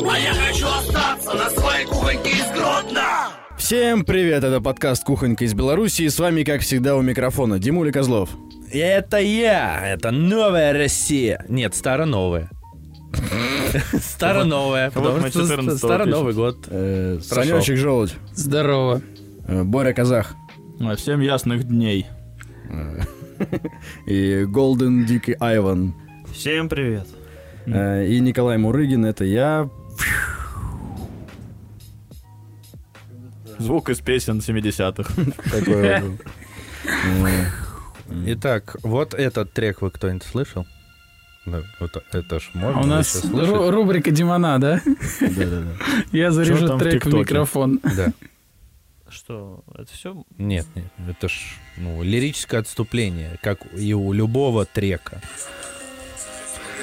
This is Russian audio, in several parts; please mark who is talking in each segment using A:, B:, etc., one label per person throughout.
A: А жаловаться на свои кухоньки из Гродно!
B: Всем привет, это подкаст «Кухонька из Беларуси» и с вами, как всегда, у микрофона Димуля Козлов.
C: Это я, это новая Россия. Нет, старо-новая. Старо-новая, потому
D: мы
C: что
D: 14-го
C: старо-новый год.
B: Э, Санечек Желудь,
E: Здорово.
B: э, Боря Казах
D: А, Всем ясных дней.
B: и Голден Дикий Айван.
F: Всем привет.
B: Э, И Николай Мурыгин, это я.
D: Звук из песен 70-х.
B: Такой вот. Э,
C: Итак, вот этот трек вы кто-нибудь слышал? Ну, Это, это ж можно
E: А У нас
C: вообще слышать?
E: ру- рубрика Димона, да?
B: да-да-да.
E: Я
D: Чё
E: заряжу
D: там в
E: трек в
D: ТикТоке?
E: микрофон.
C: Да.
F: Что, это все?
C: Нет, нет, это ж ну, лирическое отступление, как и у любого трека.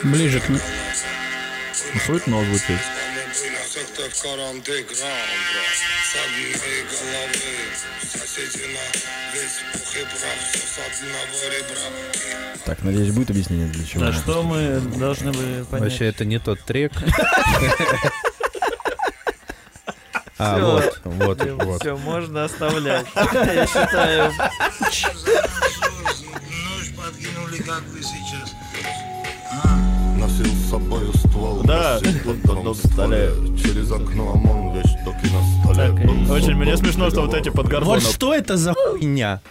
E: Ближе к ми-
D: Ну, Суть, но звучит.
B: Так, надеюсь, будет объяснение для чего.
F: На что мы должны были понять?
C: Вообще, это не тот трек. А, вот, вот, вот.
F: Все, можно оставлять. Я считаю,
A: Ночь подкинули, как вы сейчас.
G: Носил с собою ствол
D: Да.
G: носил под домом в столе. Через окно ОМОН, вещь доки на столе
F: Так,
G: Был
D: Очень мне
G: забыл
D: смешно, что вот
G: переговор.
D: эти подгорбонов.
C: Вот что это за хуйня?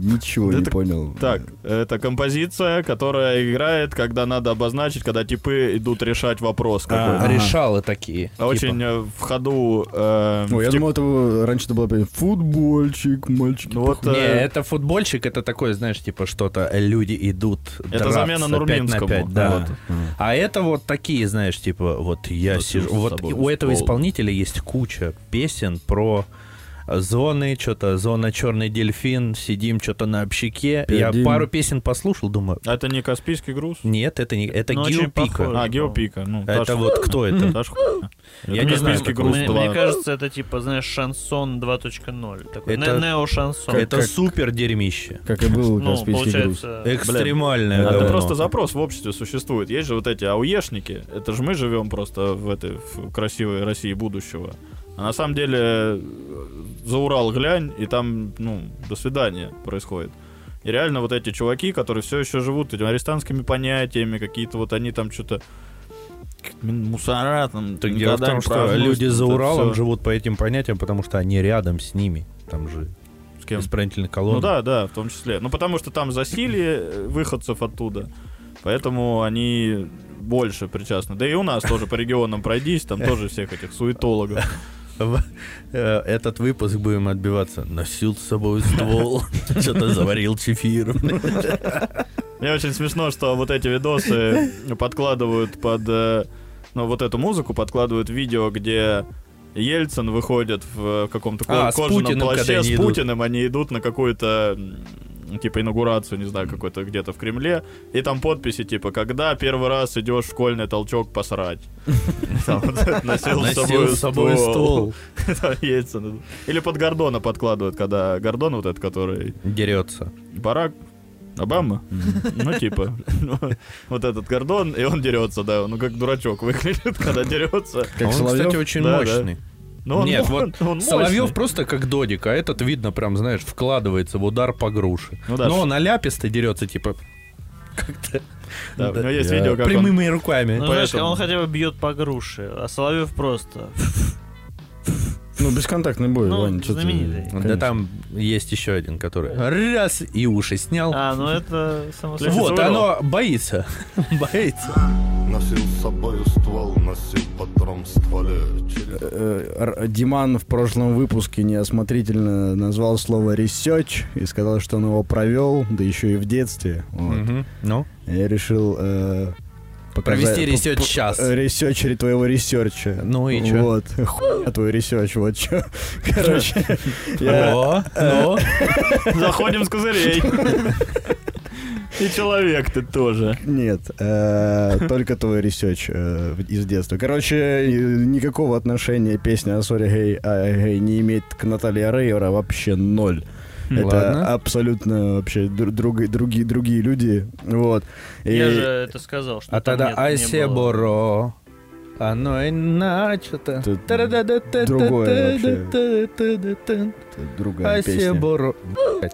B: Ничего не
D: Это-
B: понял.
D: Так, это композиция, которая играет, когда надо обозначить, когда типы идут решать
C: А,
D: вопрос какой-то.
C: Решалы такие. типа.
D: А Очень э, в ходу... э,
B: Ой, я
D: в тип-
B: думал, это раньше это было прям футбольчик, мальчики.
D: ну вот,
C: Не,
D: э,
C: это футбольщик, это такое, знаешь, типа что-то э, люди идут.
D: Это
C: драться
D: замена
C: пять на
D: Нурминскому.
C: пять, да.
D: Вот.
C: А это вот такие, знаешь, типа, вот я
D: Носил
C: сижу.
D: с
C: Вот
D: собой
C: и у этого
D: ствол.
C: исполнителя есть куча песен про зоны, что-то зона черный дельфин, сидим что-то на общаке.
B: Пердим.
C: Я пару песен послушал, думаю,
D: А это не Каспийский груз?
C: нет, это не это
F: Ну,
C: Гио
F: очень похоже.
C: Пика.
D: А, Геопика. Ну, та
C: Это
D: ж
C: вот
D: хуйня.
C: кто это?
D: Та ж хуйня.
C: Я
D: Это
C: не знаю,
D: Каспийский
C: как
D: груз
C: мы-
F: мне мне
D: 2.
F: кажется, это типа, знаешь, шансон 2.0. Такой
C: Это-
F: не- нео-шансон.
C: Это
B: как-
C: супер дерьмище.
B: Как и был
F: Ну,
B: Каспийский груз.
F: получается...
C: Экстремальное.
D: Это
C: говно.
D: А просто запрос в обществе существует. Есть же вот эти ауешники. Это же мы живем просто в этой в красивой России будущего. А на самом деле э, за Урал глянь, и там, ну, до свидания происходит. И реально вот эти чуваки, которые все еще живут этими арестантскими понятиями, какие-то вот они там что-то мусора там.
C: Так дело в
D: годами
C: том, что
D: празднуют,
C: люди за
D: это
C: Уралом
D: всё.
C: живут по этим понятиям, потому что они рядом с ними. Там же
D: С кем?
C: исправительный колонн.
D: Ну да, да, в том числе. Ну потому что там засилие э, выходцев оттуда, поэтому они больше причастны. Да и у нас тоже по регионам пройдись, там тоже всех этих суетологов.
C: В- э, Этот выпуск будем отбиваться. Носил с собой ствол, что-то заварил чефир.
D: Мне очень смешно, что вот эти видосы подкладывают под, э, ну вот эту музыку, подкладывают видео, где Ельцин выходит в э, каком-то ко-
C: А, с
D: кожаном
C: Путиным, когда
D: плаще
C: они
D: с
C: идут.
D: Путиным, они идут на какую-то м, типа инаугурацию, не знаю, какой-то где-то в Кремле, и там подписи типа «Когда первый раз идешь в школьный толчок посрать?» Там вот это, «Носил с
C: Носил
D: собой
C: с собой
D: ствол».
C: ствол.
D: Там Ельцин. Или под Гордона подкладывают, когда Гордон вот этот, который
C: Дерется.
D: Барак Обама? Ну, типа. Ну, Вот этот Гордон, и он дерется, да. Ну, как дурачок выглядит, когда дерется.
B: Как
C: А он,
B: Соловьев?
C: кстати, очень
D: Да, да.
C: мощный.
D: Ну, он
C: Нет,
D: мо-
C: вот
D: он мощный.
C: Соловьев просто как додик, а этот, видно, прям, знаешь, вкладывается в удар по груше.
D: Ну да,
C: Но
D: ш-
C: он аляписто дерется, типа, как-то
D: Да, у него есть
B: Я-
D: видео, как он...
C: прямыми руками.
F: Ну, знаешь,
D: поэтому-
F: он хотя бы бьет по груше, а Соловьев просто.
B: Ну, бесконтактный бой,
F: Ну,
B: Ваня, что ты-
F: знаменитый.
C: Да
F: Да
B: Конечно.
C: там есть еще один, который раз и уши снял.
F: А, ну это само собой.
C: Вот,
D: Здорово.
C: оно боится. Боится.
G: Носил с собою ствол, носил патрон в стволе Через
B: Э, Р- Диман в прошлом выпуске неосмотрительно назвал слово «ресеч» и сказал, что он его провел, да еще и в детстве. Вот.
C: Мгм. Ну,
B: Я решил э, показать-
C: Провести
B: п-
C: research
B: п-
C: щас.
B: э, Ресечери твоего ресерча.
C: Ну и чё?
B: Вот. Хуя твой ресерч, вот чё. Короче, я- Э,
C: О, ну.
D: Заходим с козырей. И человек ты тоже.
B: Нет, э, только твой ресерч э, в- из детства. Короче, э, никакого отношения песня «Sorry, hey, I- hey» не имеет к Наталье Рейера вообще ноль. Это
C: Ладно.
B: абсолютно вообще друг- друг- другие, другие люди. Вот. И-
F: Я же это сказал, что
C: А
F: там
C: тогда
F: нет, не было.
C: Айсеборо. Оно и начато.
B: Это другое Это другая песня.
C: Асеборо.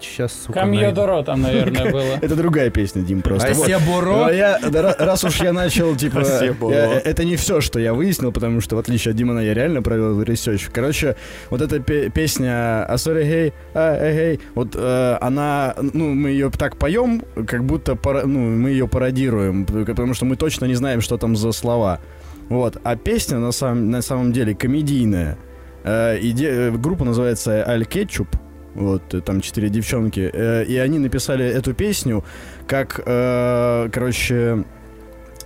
C: Сейчас, сука, найду.
E: Камьодоро там, наверное, было.
B: Это другая песня, Дим, просто. Вот. Но
C: Асеборо?
B: Ну, а я- да, ра- раз уж я начал, типа,
D: Спасибо.
B: я- это не все, что я выяснил, потому что, в отличие от Димона, я реально провел ресерч. Короче, вот эта пе- песня «А sorry, hey, а, э, hey», вот э, она, ну, мы ее так поем, как будто, пара- ну, мы ее пародируем, потому что мы точно не знаем, что там за слова. Вот, а песня на самом, на самом деле комедийная. Э, иде- э, группа называется «Аль Кетчуп», вот, э, там четыре девчонки, Э, и они написали эту песню как, э, короче,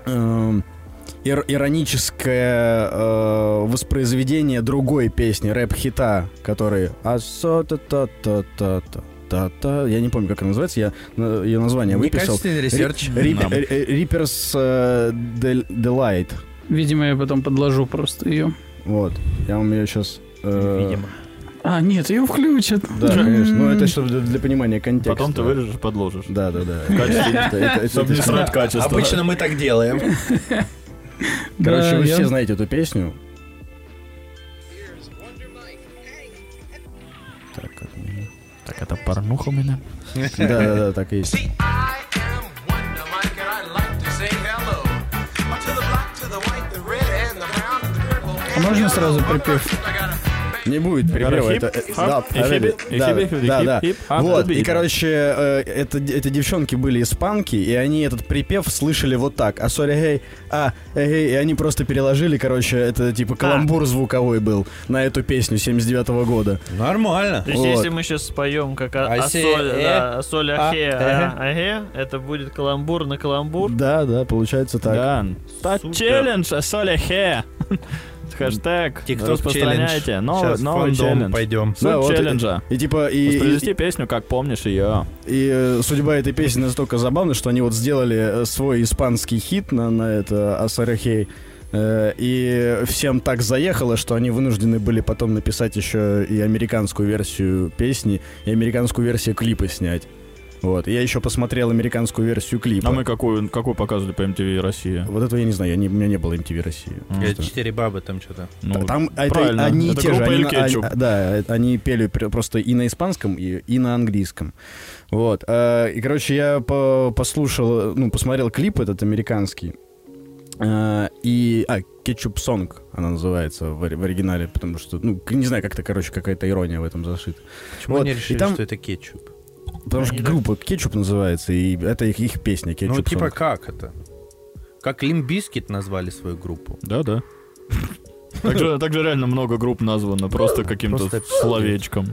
B: эм, ир- ироническое э, воспроизведение другой песни, рэп-хита, который... «А со та та та та та та та». Я не помню, как она называется, я на- ее название выписал.
C: Некачественный ресерч. Нам.
B: э, Риперс э, Delight.
E: Видимо, я потом подложу просто ее.
B: Вот. Я вам ее сейчас...
F: Видимо.
E: А, нет, ее включат.
B: Да, конечно. Ну, это чтобы для- для понимания контекста.
D: Потом ты вырежешь, подложишь.
B: Да, да, да.
D: Качественно.
B: Это- это- это-
D: Чтобы не
B: это-
D: срать качество.
C: Обычно мы так делаем.
B: Короче,
E: Да,
B: вы
E: я-
B: все знаете эту песню. Так, как у меня.
D: Так это порнуха у меня.
B: Да-да-да, так и есть.
H: See, I am Wonder Mike, and I like to say hello. To the black, to the white, the red, and the brown, and the purple. and
E: можно
H: the
E: сразу
H: yellow.
E: припев?
H: I got a
B: Не будет перерыва.
D: Хип,
B: это- э,
D: хап,
B: да,
D: и хиби,
B: арабия.
D: и
B: Да,
D: хиби,
B: да,
D: хип,
B: да.
D: хип, а,
B: Вот, и,
D: арабия.
B: короче, э, это, эти девчонки были испанки, и они этот припев слышали вот так. А сори, гей, а, э, гей, и они просто переложили, короче, это типа
D: А.
B: каламбур звуковой был на эту песню 79 года.
C: Нормально.
F: То есть,
B: Вот.
F: если мы сейчас споем как а-
C: Асе,
F: асоль,
C: э,
F: да, асоль,
C: а,
F: ахе,
C: э.
F: а- аге, это будет каламбур на каламбур.
B: Да, да, получается так.
D: Да. Та-
F: Супер.
D: Челлендж, а соля хе. Хэштег.
C: Тикток
D: Распространяйте.
C: челлендж.
D: Новый,
C: Сейчас
D: Ну, новый
C: фандом
D: челлендж.
C: пойдем.
D: Суть
B: Да, вот
D: челленджа.
B: И типа, и, и-
D: Воспроизвести песню, как помнишь ее.
B: и, э, судьба этой песни настолько забавна, что они вот сделали э, свой испанский хит на, на это Асарахей. И всем так заехало, что они вынуждены были потом написать еще и американскую версию песни, и американскую версию клипа снять. Вот. Я еще посмотрел американскую версию клипа.
D: А мы какую, какую показывали по MTV Россия?
B: Вот этого я не знаю, я не- у меня не было MTV России.
C: Э, Четыре бабы там что-то.
D: Ну,
B: Там это
D: правильно.
B: они
D: Это
B: те же,
D: группа
B: они,
D: Эль
B: на-
D: Кетчуп.
B: они- да, это они пели пр- просто и на испанском, и, и на английском. Вот. а, И, короче, я по- послушал, ну, посмотрел клип этот американский. А, И... А, Кетчуп Сонг она называется в, ори- в оригинале, потому что, ну, к- не знаю, как-то, короче, какая-то ирония в этом зашита.
C: Почему
B: Вот,
C: они
B: и
C: решили,
B: там-
C: что это кетчуп?
B: Потому что
F: Они так-
B: группа Кетчуп называется, и это их, их песня, Кетчуп
C: Ну, типа,
B: Сонг.
C: как это? Как Лимбискит назвали свою группу.
D: Да, да. Так же, так же реально много групп названо, просто каким-то
C: Просто
D: словечком.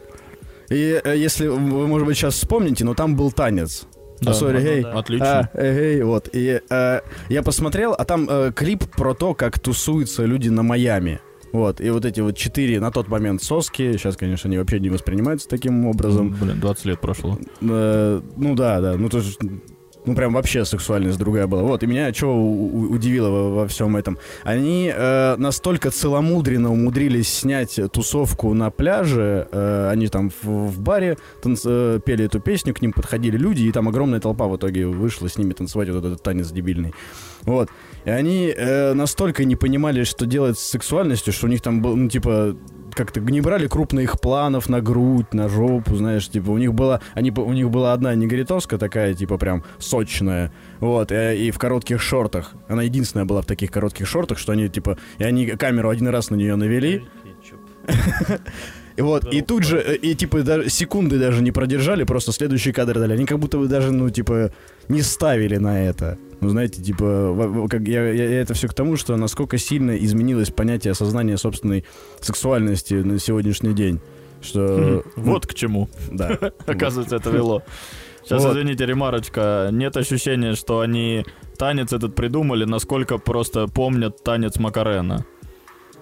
B: И э, если вы, может быть, сейчас вспомните, но там был танец.
D: Да.
B: А, sorry, hey,
F: да.
D: Отлично.
B: А, эгей, вот. И э, я посмотрел, а там э, клип про то, как тусуются люди на Майами. Вот, и вот эти вот четыре на тот момент соски, сейчас, конечно, они вообще не воспринимаются таким
D: А.
B: образом.
D: Блин, 20 лет прошло.
B: Э, ну да, да, ну то есть, ну прям вообще сексуальность другая была. Вот, и меня что удивило во, всем этом? Они э, настолько целомудренно умудрились снять тусовку на пляже, э, они там в, в баре танц- э, пели эту песню, к ним подходили люди, и там огромная толпа в итоге вышла с ними танцевать вот этот танец дебильный. Вот. И они э, настолько не понимали, что делать с сексуальностью, что у них там был, ну, типа, как-то не брали крупных планов на грудь, на жопу, знаешь, типа, у них была, они, по- у них была одна негритоска такая, типа, прям сочная, вот, э, и, в коротких шортах. Она единственная была в таких коротких шортах, что они, типа, и они камеру один раз на нее навели, и вот, и тут же, э, и, типа, даже секунды даже не продержали, просто следующий кадр дали. Они как будто бы даже, ну, типа, не ставили на это. Ну, знаете, типа, во- во- как я, я- я это все к тому, что насколько сильно изменилось понятие осознания собственной сексуальности на сегодняшний день. Что...
D: Вот к чему,
B: Да.
D: оказывается, это вело. Сейчас,
B: Вот.
D: извините, ремарочка. Нет ощущения, что они танец этот придумали, насколько просто помнят танец Макарена.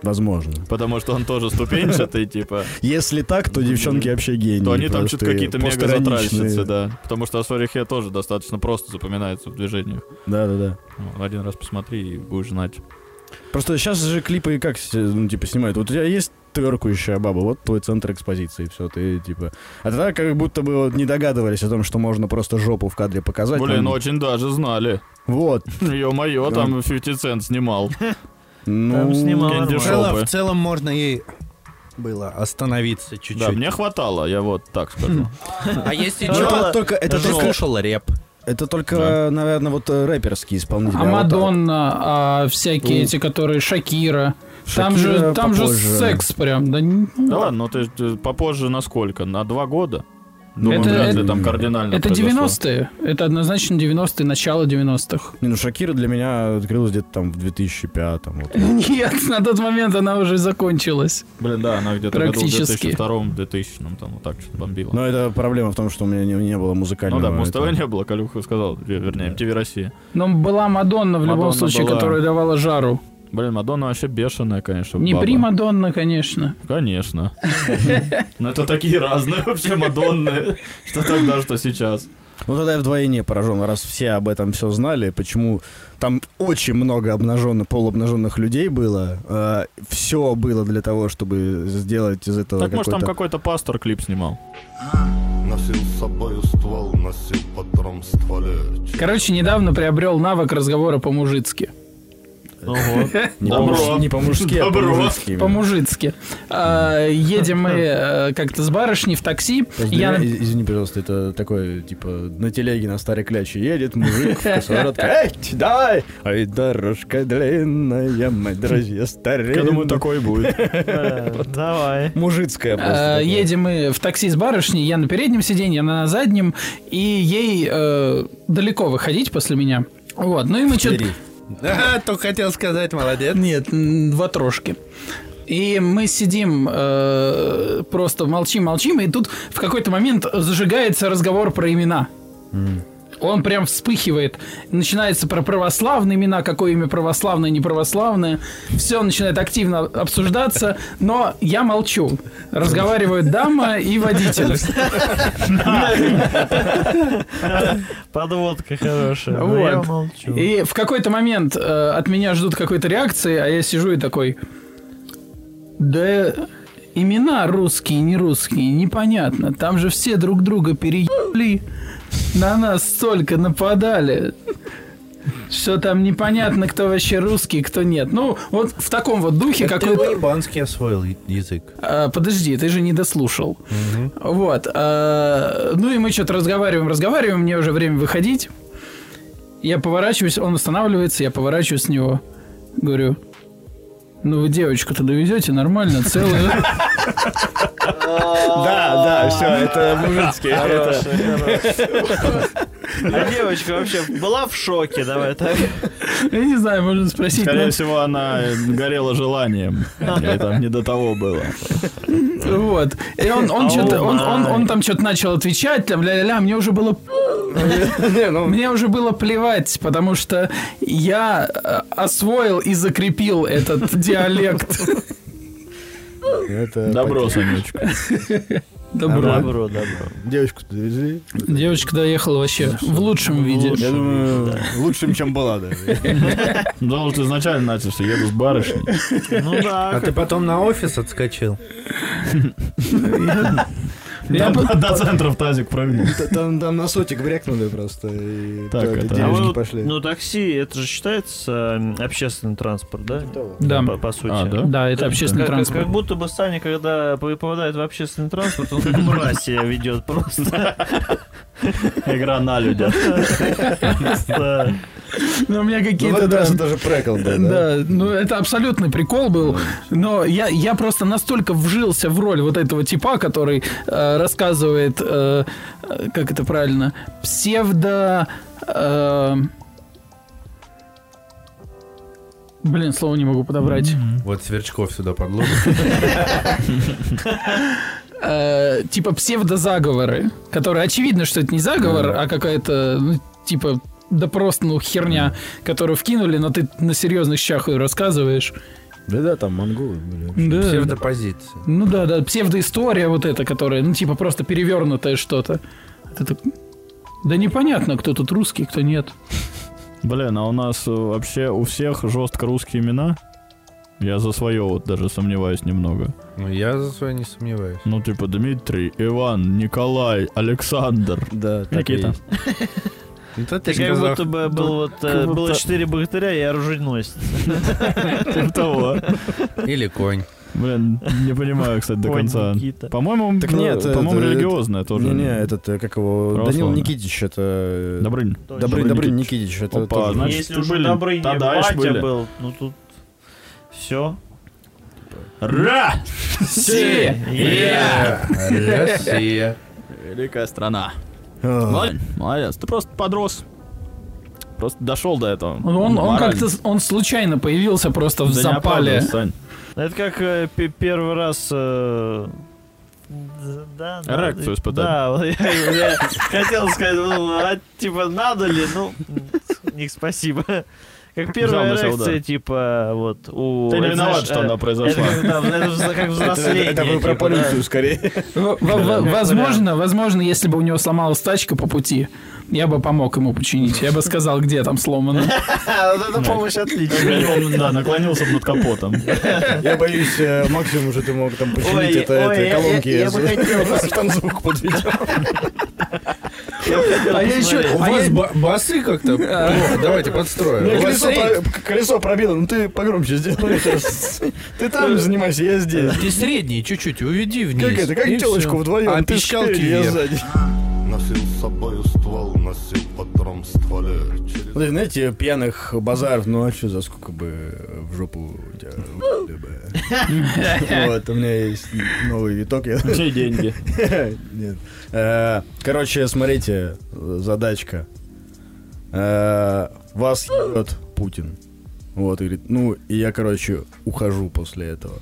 B: Возможно.
D: Потому что он тоже ступенчатый, типа.
B: Если так, то девчонки вообще гении.
D: То они там
B: просто
D: что-то какие-то мега
B: постраничные.
D: затральщицы, да. Потому что Асорихе тоже достаточно просто запоминается в движениях.
B: Да-да-да.
D: Ну, Один раз посмотри и будешь знать.
B: Просто сейчас же клипы как, с- ну, типа, снимают. Вот у тебя есть тверкающая баба, вот твой центр экспозиции, все, ты, типа... А тогда как будто бы вот не догадывались о том, что можно просто жопу в кадре показать.
D: Блин,
B: там.
D: очень даже знали.
B: Вот,
D: Ё-моё, там 50 Cent снимал.
B: Ну,
F: Там снимал
D: Кенди Шоп.
F: нормально. В целом,
D: Шопы.
C: в целом можно ей было остановиться чуть-чуть.
D: Да, мне хватало, я вот так скажу.
C: А если
B: ну,
C: чё,
B: это только, это
C: ты
B: только,
C: слушал реп.
B: это только, наверное, вот э, рэперские исполнители.
E: А
B: вот,
E: Мадонна, а всякие
B: Ну.
E: эти, которые Шакира. Там
B: Шакира
E: же, там же
B: попозже.
E: секс прям. Да, не-
D: Да ладно, ну ты, ты попозже на сколько? На два года?
E: Это-
D: Думаю, Ну, вряд ли
E: это-
D: там кардинально
E: это
D: произошло.
E: 90-е. Это однозначно 90-е, начало 90-х.
B: Не, ну Шакира для меня открылась где-то там в 2005
E: Э.
B: вот.
E: Нет, на тот момент она уже закончилась.
D: Блин, да, она где-то году в
E: Практически.
D: 2002-2000 там вот так что-то бомбила.
B: Но это проблема в том, что у меня не, не было
D: Ну
B: музыкального...
D: да, Муз
B: этого.
D: ТВ не было, Калюха сказал, ве- вернее, МТВ Россия.
E: Но была Мадонна в любом
D: Мадонна
E: случае,
D: была.
E: которая давала жару.
D: Блин, Мадонна вообще бешеная, конечно,
E: Не
D: баба.
E: при Мадонна, конечно.
D: Конечно. Но это такие разные вообще Мадонны, что тогда, что сейчас.
B: Ну тогда я вдвойне поражен, раз все об этом все знали, почему там очень много обнаженных, полуобнаженных людей было. все было для того, чтобы сделать из этого
D: Так может там
B: какой-то...
D: какой-то пастор клип снимал?
G: Носил с собою ствол, носил патрон в стволе Через
E: Короче, недавно приобрел навык разговора по-мужицки.
B: Не,
D: Добро.
B: по-муж- не по-мужски, а
D: Добро.
B: по-мужски. именно.
E: По-мужицки. А, едем мы э, как-то с барышней в такси.
B: Просто для
E: Я
B: меня, из- Извини, пожалуйста, это такое, типа, на телеге на старой кляче едет мужик в косоворотке. Эй, давай! Ай, дорожка длинная, мои друзья старые.
D: Я думаю, такой и будет.
F: Давай.
B: Мужицкая просто.
E: А,
B: такая.
E: Едем мы в такси с барышней, я на переднем сиденье, она на заднем, и ей э, далеко выходить после меня. Вот, ну и мы что-то...
B: Бери.
C: А, только хотел сказать, молодец.
E: Нет, м, два трошки. И мы сидим, э, просто молчим-молчим, и тут в какой-то момент зажигается разговор про имена. Он прям вспыхивает. Начинается про православные имена, какое имя православное, неправославное. Все начинает активно обсуждаться, но я молчу. Разговаривают дама и водитель.
F: Подводка хорошая. но
E: Вот.
F: Ну, Я молчу.
E: И в какой-то момент э, от меня ждут какой-то реакции, а я сижу и такой... Да имена русские, не русские, непонятно. Там же все друг друга переебли. На нас столько нападали. Что там непонятно, кто вообще русский, кто нет. Ну, вот в таком вот духе
C: Какой
E: какой-то...
C: ебанский освоил и- язык.
E: А, подожди, ты же не дослушал. Вот. а, ну и мы что-то разговариваем, разговариваем, мне уже время выходить. Я поворачиваюсь, он останавливается, я поворачиваюсь с него. Говорю, ну вы девочку-то довезете нормально, целую.
B: Да, да, все, это мужицкий. это-
F: А девочка вообще была в шоке, давай так.
E: Я не знаю, можно спросить.
D: Скорее
E: но-
D: всего, она горела желанием. Или там не до того было.
E: Вот. И он, он,
F: Ау,
E: что-то, он, он,
F: май.
E: он там что-то начал отвечать, там, ля-ля-ля, мне уже было... Мне уже было плевать, потому что я э, освоил и закрепил этот диалект.
B: Это
D: Добро, Санечка.
E: Добро.
F: Добро, добро.
B: Девочку-то довезли.
E: Девочка доехала вообще в лучшем виде.
B: Я думаю, лучшим, чем была даже.
D: Потому что Ну, изначально начал, что еду с барышней.
F: Ну
C: А
F: да,
C: ты потом на офис отскочил?
E: Я
D: До-
E: по-
D: До центра в тазик прыгнул.
B: Там, там носочек брякнули просто, и
D: Так,
B: так,
D: это-
F: А
B: денежки
F: вы вот-
B: пошли.
F: Ну, такси, это же считается э, общественный транспорт, да?
E: Да.
F: По, по сути.
D: А, да?
E: Да, это
F: Как-
E: общественный
F: как-
E: транспорт.
F: Как будто бы Саня, когда п- попадает в общественный транспорт, он как мразь себя ведет просто.
D: Игра на людях.
F: Да.
E: Но у меня
B: Ну, в
E: какие-то
B: этот раз
E: даже...
B: это же прекол был, да?
E: Да, ну это абсолютный прикол был, но я, я просто настолько вжился в роль вот этого типа, который э, рассказывает, э, э, как это правильно, псевдо... э, блин, слово не могу подобрать.
C: Вот Сверчков сюда подложил.
E: э, типа псевдозаговоры, которые очевидно, что это не заговор, а какая-то, ну, типа, да просто, ну, херня, которую вкинули, но ты на серьезных щах ее рассказываешь.
B: Да, да, там монголы были.
E: Да.
C: Псевдопозиция.
E: Ну да, да, псевдоистория вот эта, которая, ну, типа, просто перевернутое что-то. Это так- Да непонятно, кто тут русский, кто нет.
D: Блин, а у нас э, вообще у всех жестко русские имена? Я за свое вот даже сомневаюсь немного.
C: Ну, я за свое не сомневаюсь.
D: Ну, типа Дмитрий, Иван, Николай, Александр.
B: Да, так и
D: Никита.
B: есть. Это
F: Ты как
B: сказал.
F: будто бы был вот э, было четыре богатыря и оруженосец.
D: Типа того.
C: Или конь.
D: Блин, не понимаю, кстати, до
F: Конь
D: конца.
F: Никита.
D: По-моему,
B: Так
D: б-
B: нет, это-
D: по-моему, религиозная тоже.
B: Не, не, этот, э, как его, Данил
D: Православный.
B: Никитич, это... Добрый,
D: Добрынь.
B: Добрый, Никитич, это
D: Опа,
B: тоже-
D: значит,
F: Если
D: ты
F: уже
D: были.
F: добрый не
D: Тогда аж были.
F: был, ну тут все.
D: Ра!
C: Россия.
D: Великая страна.
B: А,
D: Ладно, молодец. Ты просто подрос. Просто дошел до этого.
E: Он, он
D: Морально.
E: как-то с- он случайно появился просто в
D: Да не
E: запале.
D: оправдывайся, Сань.
F: Это как э, пе- первый раз... э, д- Да, да,
D: Эрекцию испытать.
F: Да, вот я, я хотел сказать, ну, а, типа, надо ли, ну, них спасибо. Как первая
D: Замысел,
F: эрекция,
D: да.
F: типа, вот, у...
D: Ты не
F: это,
D: виноват,
F: знаешь,
D: что
F: э,
D: она произошла.
F: Это как, да, это же как взросление.
B: Это вы
F: типа,
B: про
F: да.
B: полицию скорее.
E: В- в- в- Возможно, возможно, если бы у него сломалась тачка по пути, я бы помог ему починить. Я бы сказал, где там сломано.
F: А, вот эта помощь
D: Как
F: отличная.
D: минимум, да, наклонился бы над капотом.
B: Я боюсь, э, максимум уже ты мог там починить
F: Ой,
B: это,
F: ой,
B: это,
F: я- я-
B: колонки.
F: я бы
B: если- Там звук подведёт.
E: А я еще...
I: У вас ба- басы как-то... плохо. Давайте подстроим. У вас
B: Колесо
I: рейд?
B: про- Колесо пробило, ну ты погромче сделай. сейчас. Ты там занимайся, я здесь.
C: Ты средний, чуть-чуть уведи вниз.
B: Как это, как
C: и
B: телочку
C: всё.
B: вдвоем?
C: А
B: ты
C: пищалки
B: спереди, я
C: вверх.
B: сзади.
G: Носил с собою ствол, носил патрон в стволе Через
B: Вот, знаете, пьяных базаров ночью за сколько бы э, в жопу тебя убили бы. Вот, у меня есть новый виток. я-
D: Все деньги.
B: Нет. Э, Короче, смотрите, задачка. Э, Вас ебет Путин. Вот, и говорит, ну, и я, короче, ухожу после этого.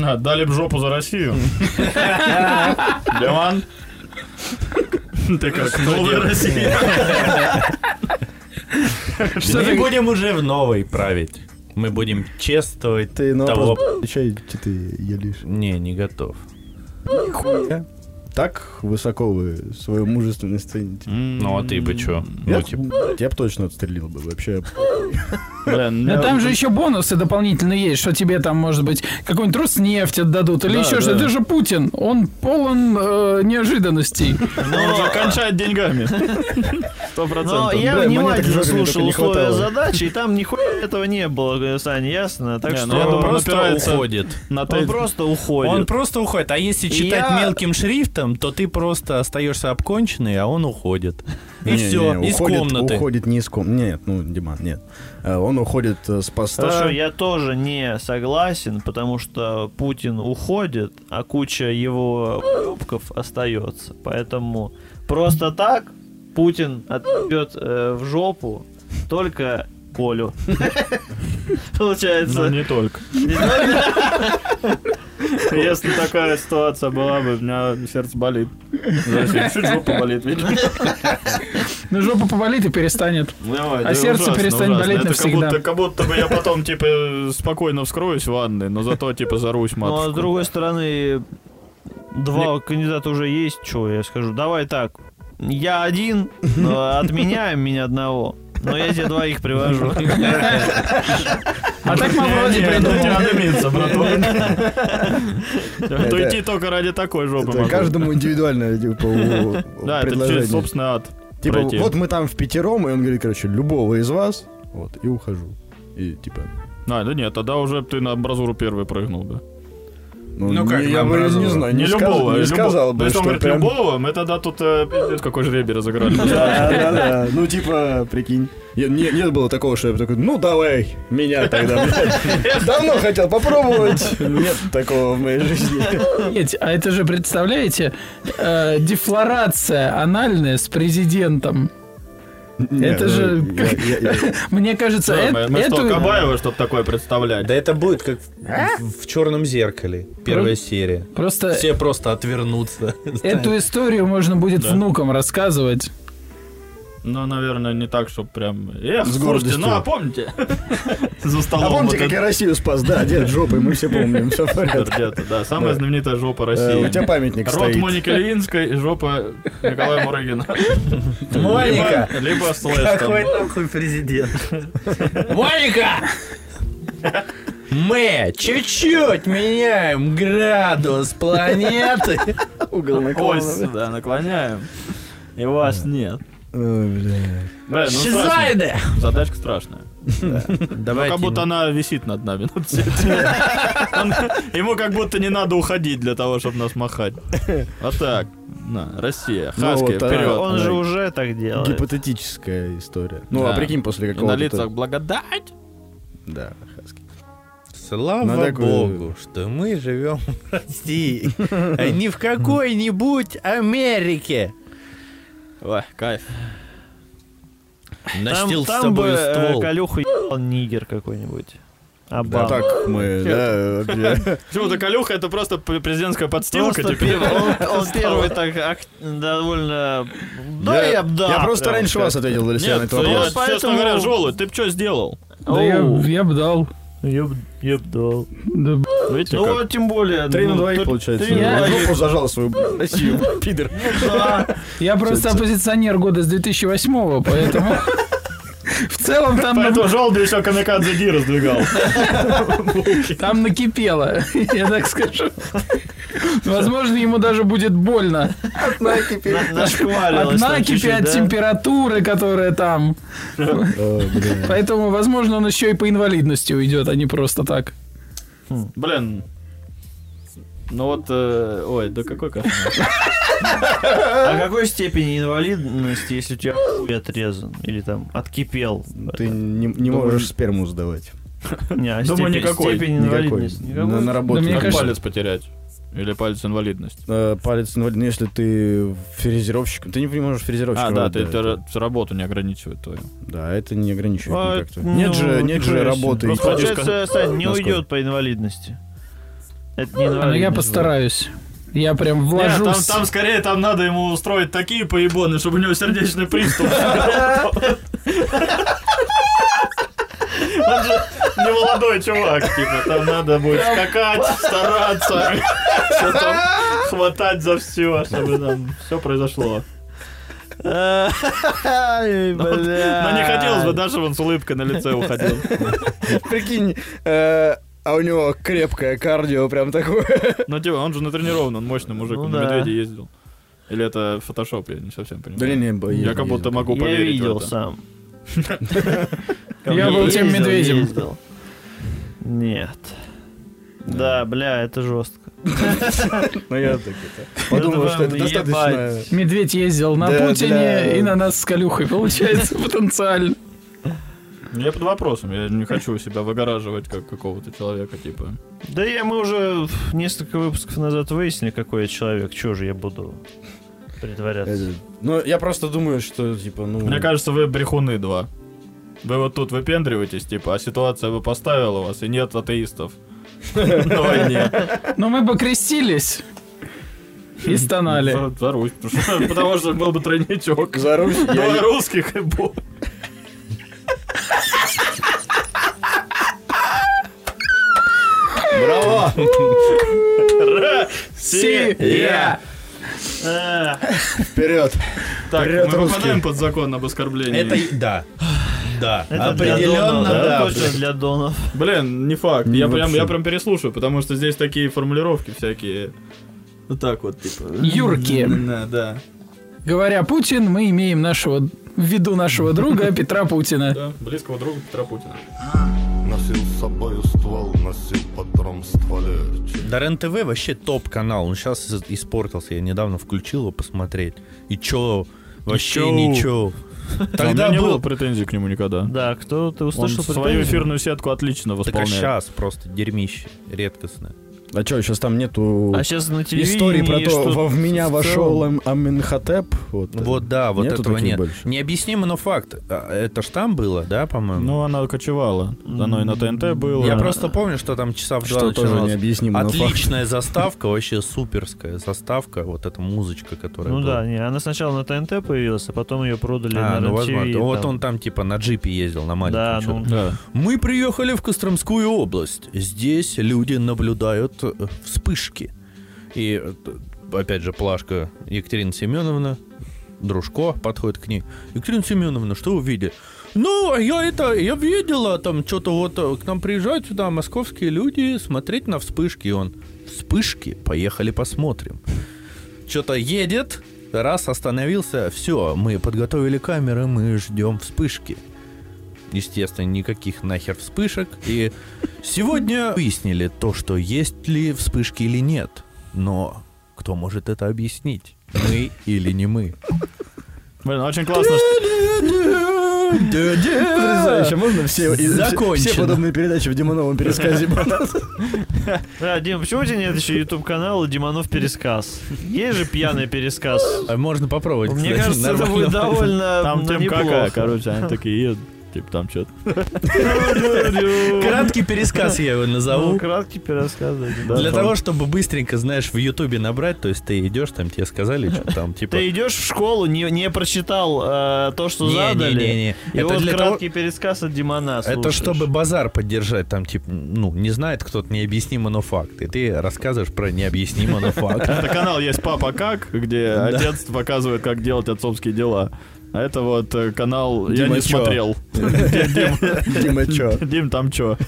D: А, дали б жопу за Россию. Леван? Ты как новая Россия.
C: Мы будем уже в новой править. Мы будем чествовать
B: Ты, ну,
C: того.
B: чай, что ты елишь?
C: Не, не готов.
B: Так высоко вы свою мужественность цените.
C: Ну а ты бы чё?
B: Я,
C: Ну, типа,
B: я бы точно отстрелил бы вообще.
D: Блин,
E: Да
D: я-
E: там же еще бонусы дополнительные есть, что тебе там, может быть, какой-нибудь трус нефти отдадут или
D: Да,
E: еще
D: да.
E: что-то. Это же Путин, он полон э, неожиданностей.
D: Он же кончает деньгами. Сто
F: Но
D: процентов.
B: Блин,
F: я
B: монеток
F: внимательно
B: жёлтых мне только
F: слушал
B: не
F: условия
B: хватало.
F: задачи, и там нихуя этого не было, Сань, ясно? Так
D: Не,
F: что
D: ну я думаю,
F: он
D: он
F: просто
D: опирается-
F: уходит.
D: На
F: Он
D: Тейт-
F: просто уходит.
C: Он просто уходит. А если читать
F: Я-
C: мелким шрифтом, то ты просто остаешься обконченный, а он уходит. И
B: Не,
C: все,
B: не,
C: из
B: уходит-
C: комнаты.
B: Уходит не из комнаты. Нет, ну, Диман, нет. Э, Он уходит э, с поста.
F: Слушай, я тоже не согласен, потому что Путин уходит, а куча его уёбков остается. Поэтому просто так Путин отбьет э, в жопу только Колю.
D: Ну,
E: Ну,
F: Получается. ну,
D: не только. Если такая ситуация была бы, у меня сердце болит. За Россию. Чуть жопа болит, видно.
E: Ну, жопа поболит и перестанет.
D: Ну,
E: А сердце перестанет болеть
D: Это
E: навсегда.
D: Как будто, как будто бы я потом, типа, спокойно вскроюсь в ванной, но зато, типа, зарусь
F: Ну, а с
D: матушку.
F: другой стороны, два кандидата уже есть, что я скажу. Давай так, я один, но отменяем меня одного. Но я тебе двоих привожу.
E: А так Мавроди придумал.
D: надымится, братан. То идти только ради такой жопы.
B: Это
D: можно.
B: каждому индивидуально типа, у-
D: Да, это
B: предложение.
D: через собственный ад.
B: Типа,
D: пройти.
B: вот мы там в пятером, и он говорит, короче, любого из вас, вот, и ухожу. И типа...
D: А, да нет, тогда уже б ты на амбразуру первый прыгнул бы.
B: Ну,
I: как
B: не,
I: на
B: я бы не
I: образу?
B: знаю, не,
D: Не
B: сказ- не
D: любого, любого.
B: сказал бы,
D: Ну, если
B: что
D: он говорит
B: прям-
D: любого, мы тогда тут э, пиздец, какой же ребер разыграли.
B: Да, да, да. Ну, типа, прикинь. Я- не- нет было такого, что я бы такой, ну, давай, меня тогда. блядь. Давно хотел попробовать. Нет такого в моей жизни.
E: Блядь, А это же, представляете, э, дефлорация анальная с президентом. Это
B: Не,
E: же-
B: ну, я- я- я-
E: Мне кажется,
D: Да,
E: эт-
D: Мы мы что,
E: эту-
D: Кабаева что-то такое представлять?
C: Да это будет как
B: А?
C: в черном зеркале.
B: Э.
C: Первая серия.
E: просто
C: Все просто отвернутся.
E: эту историю можно будет внукам рассказывать.
D: Ну, наверное, не так, чтобы прям... Эх,
B: С
D: слушайте,
B: гордостью.
D: ну, а помните? За столом.
B: А помните,
D: вот
B: как
D: это
B: я Россию спас? Да, дед жопой, мы все помним, все в порядке.
D: где-то, Да, самая
B: Да.
D: знаменитая жопа
B: Э,
D: России.
B: У тебя памятник
D: Рот
B: стоит.
D: Моники Ильинской и жопа Николая Мурыгина. Моника! Либо слэш там.
F: нахуй президент?
C: Моника! Мы чуть-чуть меняем градус
F: Ну,
C: планеты.
D: Ось, да, наклоняем. И вас нет. Бля, ну страшно. Задачка страшная.
C: Давайте.
D: Как будто она висит над нами. ну, всё это. Он- Ему как будто не надо уходить для того, чтобы нас махать. А так, на, Россия,
B: Ну
D: Хаски,
B: вот, а,
D: вперед.
F: Он же
B: да.
F: уже так делает.
B: Гипотетическая история. Ну, а
D: Да.
B: прикинь, после
D: И на
B: какого-то...
D: лицах благодать.
B: Да, хаски.
F: Ну,
C: Слава
B: На такую-
C: богу, что мы живем в России, а не в какой-нибудь Америке.
D: Ой, кайф.
F: Там,
C: Настил с
F: там бы
C: собой
F: э,
C: ствол.
F: Калюха ебал нигер какой-нибудь.
B: Да,
F: Обама.
B: так мы, да, э,
D: Почему-то Калюха это просто п- президентская подстилка
F: Просто
D: теперь.
F: пер- он, он первый так ак- довольно... Да, я, б- да.
B: Я просто
F: прям
B: раньше
F: как-
B: вас ответил, Валерий, на
D: Нет,
B: этот
D: я,
B: вопрос.
D: честно
F: Поэтому-
D: говоря, желудь, ты б что сделал?
E: Да я,
F: Оу.
E: я бы дал.
F: Ну, Я б- я б дал.
E: Да, б-
D: Видите,
F: Ну
D: как?
F: вот тем более.
B: Три
F: ну,
B: на двоих,
F: тут-
B: получается.
F: три на
B: В
F: двоих.
B: Жопу зажал свою блин, Россию, пидор.
E: Я просто оппозиционер года с 2008 поэтому... В целом там, на-
D: Поэтому желудь еще камикадзе Ди раздвигал.
E: там накипело, я так скажу. Возможно, ему даже будет больно.
F: На- нашкварилось
E: От
F: там
E: накипи,
F: чуть-чуть,
E: от
F: да?
E: температуры, которая там.
B: Э,
E: Поэтому, возможно, он еще и по инвалидности уйдет, а не просто так.
D: Блин. Ну вот, э, ой, да какой кошмар.
F: А какой степени инвалидности, если у тебя хуй отрезан или там откипел?
B: Ты не не можешь сперму сдавать.
F: Не, а
D: Думаю,
F: степень-
D: никакой.
F: степень
B: Никакой.
F: инвалидности.
B: На на
E: Да
B: работу.
E: мне
D: Как
E: кажется-
D: палец потерять? Или палец инвалидность?
B: Э, Палец инвалид, ну если ты фрезеровщик, ты не можешь фрезеровщиком.
D: А, да, ты
B: работать,
D: это ра- работу не ограничивает твою.
B: Да, это не ограничивает
F: А,
B: никак-то.
F: ну,
B: Нет же, нет же
F: нихуя
B: работы.
F: себе.
B: и-
F: Просто Получается, Сань, не
B: Насколько?
F: уйдет по инвалидности. Это не
E: А
F: инвалидность.
E: я постараюсь. Я прям вложусь.
D: там, там скорее там надо ему устроить такие поебоны, чтобы у него сердечный приступ. Он же не молодой чувак, типа, там надо будет скакать, стараться, всё там хватать за все, чтобы там все произошло.
F: Ай,
D: Но Ну, не
F: бля.
D: хотелось бы, даже вон с улыбкой на лице уходил.
B: Прикинь, э, а у него крепкое кардио прям такое.
D: Ну, типа, он же натренирован, он мощный мужик,
F: Ну
D: он
F: да.
D: на медведе ездил. Или это фотошоп, я не совсем понимаю.
B: Да не, не, бо-
D: Я
B: ездил,
D: как будто
B: ездил.
D: могу
F: Я
D: поверить в
F: видел
D: это.
F: сам.
E: Я был тем
F: Ездил,
E: медведем.
F: ездил. Нет. Да, бля, это жестко.
B: Ну я так это. Подумал,
F: Это
B: что это
F: прям
B: достаточно.
F: ебать.
E: Медведь ездил на
B: Да,
E: Путине
B: да.
E: и на нас с Калюхой, получается, потенциально.
D: Я под вопросом, я не хочу себя выгораживать как какого-то человека, типа.
F: Да я мы уже ф, несколько выпусков назад выяснили, какой я человек. Чего же я буду притворяться?
B: это- Ну, я просто думаю, что, типа, ну...
D: Мне кажется, вы брехуны два. Вы вот тут выпендриваетесь, типа, а ситуация бы поставила вас, и нет атеистов. На войне.
E: Но мы бы крестились и стонали.
D: За- за Русь, потому что- Потому что был бы тройничок.
B: За Русь я
D: Два русских и бо.
B: Браво!
E: Си-я!
B: Вперед!
D: Так,
B: Привет,
D: мы попадаем
B: русские.
D: под закон об оскорблении.
C: Это и- да. Да,
F: Это для
C: определенно
F: донов,
C: да.
F: точно для донов.
D: Блин, не факт.
B: Не
D: я, прям, я
B: вообще.
D: прям переслушаю, потому что здесь такие формулировки всякие. Ну так вот, типа.
E: Юрки.
D: Да, да.
E: Говоря Путин, мы имеем нашего в виду нашего друга Петра Путина.
D: Да, близкого друга Петра Путина.
G: Носил с собою ствол, носил патрон в стволе Через
C: Да РЕН-ТВ вообще топ-канал. Он сейчас испортился. Я недавно включил его посмотреть. И чё? Вообще
D: Ничего.
C: ничего. Тогда
D: у меня не было
C: был...
D: претензий к нему никогда.
F: Да, кто ты
D: Он
F: услышал
D: свою
F: претензии?
D: эфирную сетку отлично
C: Так а
D: восполняет.
C: сейчас просто дерьмище редкостное.
B: А что, сейчас там нету...
F: А сейчас на телевидении
B: Истории про то,
F: что
B: во- в меня
F: в
B: вошел
F: целом-
B: Ам- Аменхотеп. Вот, э,
C: Вот да, вот
B: нету
C: этого
B: таких
C: нет.
B: больше?
C: Необъяснимо, но факт. А, Это ж там было, да, по-моему?
D: Ну, она кочевала. Оно и на ТНТ было.
C: Я просто помню, что там часа в два
B: Ну, Что тоже
C: начиналось.
B: необъяснимо, но факт.
C: Отличная заставка, вообще суперская заставка, вот эта музычка, которая
F: Ну
C: была.
F: да, не, она сначала на ТНТ появилась, а потом ее продали
C: А,
F: на
C: ну
F: РЕН-ТВ,
C: возможно. Вот
F: там.
C: он там типа на джипе ездил, на маленьком.
F: Да,
C: чё-то.
F: ну,
D: Да.
C: Мы приехали в Костромскую область. Здесь люди наблюдают э, вспышки. И э, т- опять же плашка Екатерина Семеновна, дружко, подходит к ней. Екатерина Семеновна, что вы видели? Ну, а я это, я видела, там что-то вот э, к нам приезжают сюда московские люди смотреть на вспышки. И он, вспышки, поехали посмотрим. Что-то едет, раз остановился, все, мы подготовили камеры, мы ждем вспышки. Естественно, никаких нахер вспышек. И сегодня выяснили то, что есть ли вспышки или нет. Но кто может это объяснить? Мы или не мы?
D: Блин, очень классно, что...
B: Потрясающе, можно все, и- все,
C: Закончено.
B: все подобные передачи в Димоновом пересказе будут?
F: Да, ну. Э, Дим, почему у тебя нет еще YouTube канала Диманов Пересказ? Есть же пьяный пересказ.
C: А Можно попробовать.
F: Мне
C: кстати,
F: кажется, это
C: нормально.
F: будет довольно
D: Там
F: ну,
D: тем какая,
F: неплохо.
D: короче, они такие едут. Типа там что-то.
C: Краткий пересказ я его назову.
F: Ну, краткий пересказ. да, Дим.
C: Для того, чтобы быстренько, знаешь, в Ютубе набрать, то есть ты идешь, там тебе сказали, что там типа.
F: Ты идешь в школу, не, не прочитал э, то, что
C: Не, не,
F: задали.
C: не, не.
F: И
C: Это
F: вот
C: для того-
F: краткий пересказ от Димана
C: Это
F: слушаешь.
C: чтобы базар поддержать, там, типа, ну, не знает кто-то необъяснимо, но факт. И ты рассказываешь про необъяснимо, но факт.
D: Это канал есть «Папа как», где отец показывает, как делать отцовские дела. А это вот э, канал «Я
B: Дима,
D: не
B: чё?
D: смотрел».
B: Дима, чё?
D: Дим, там чё?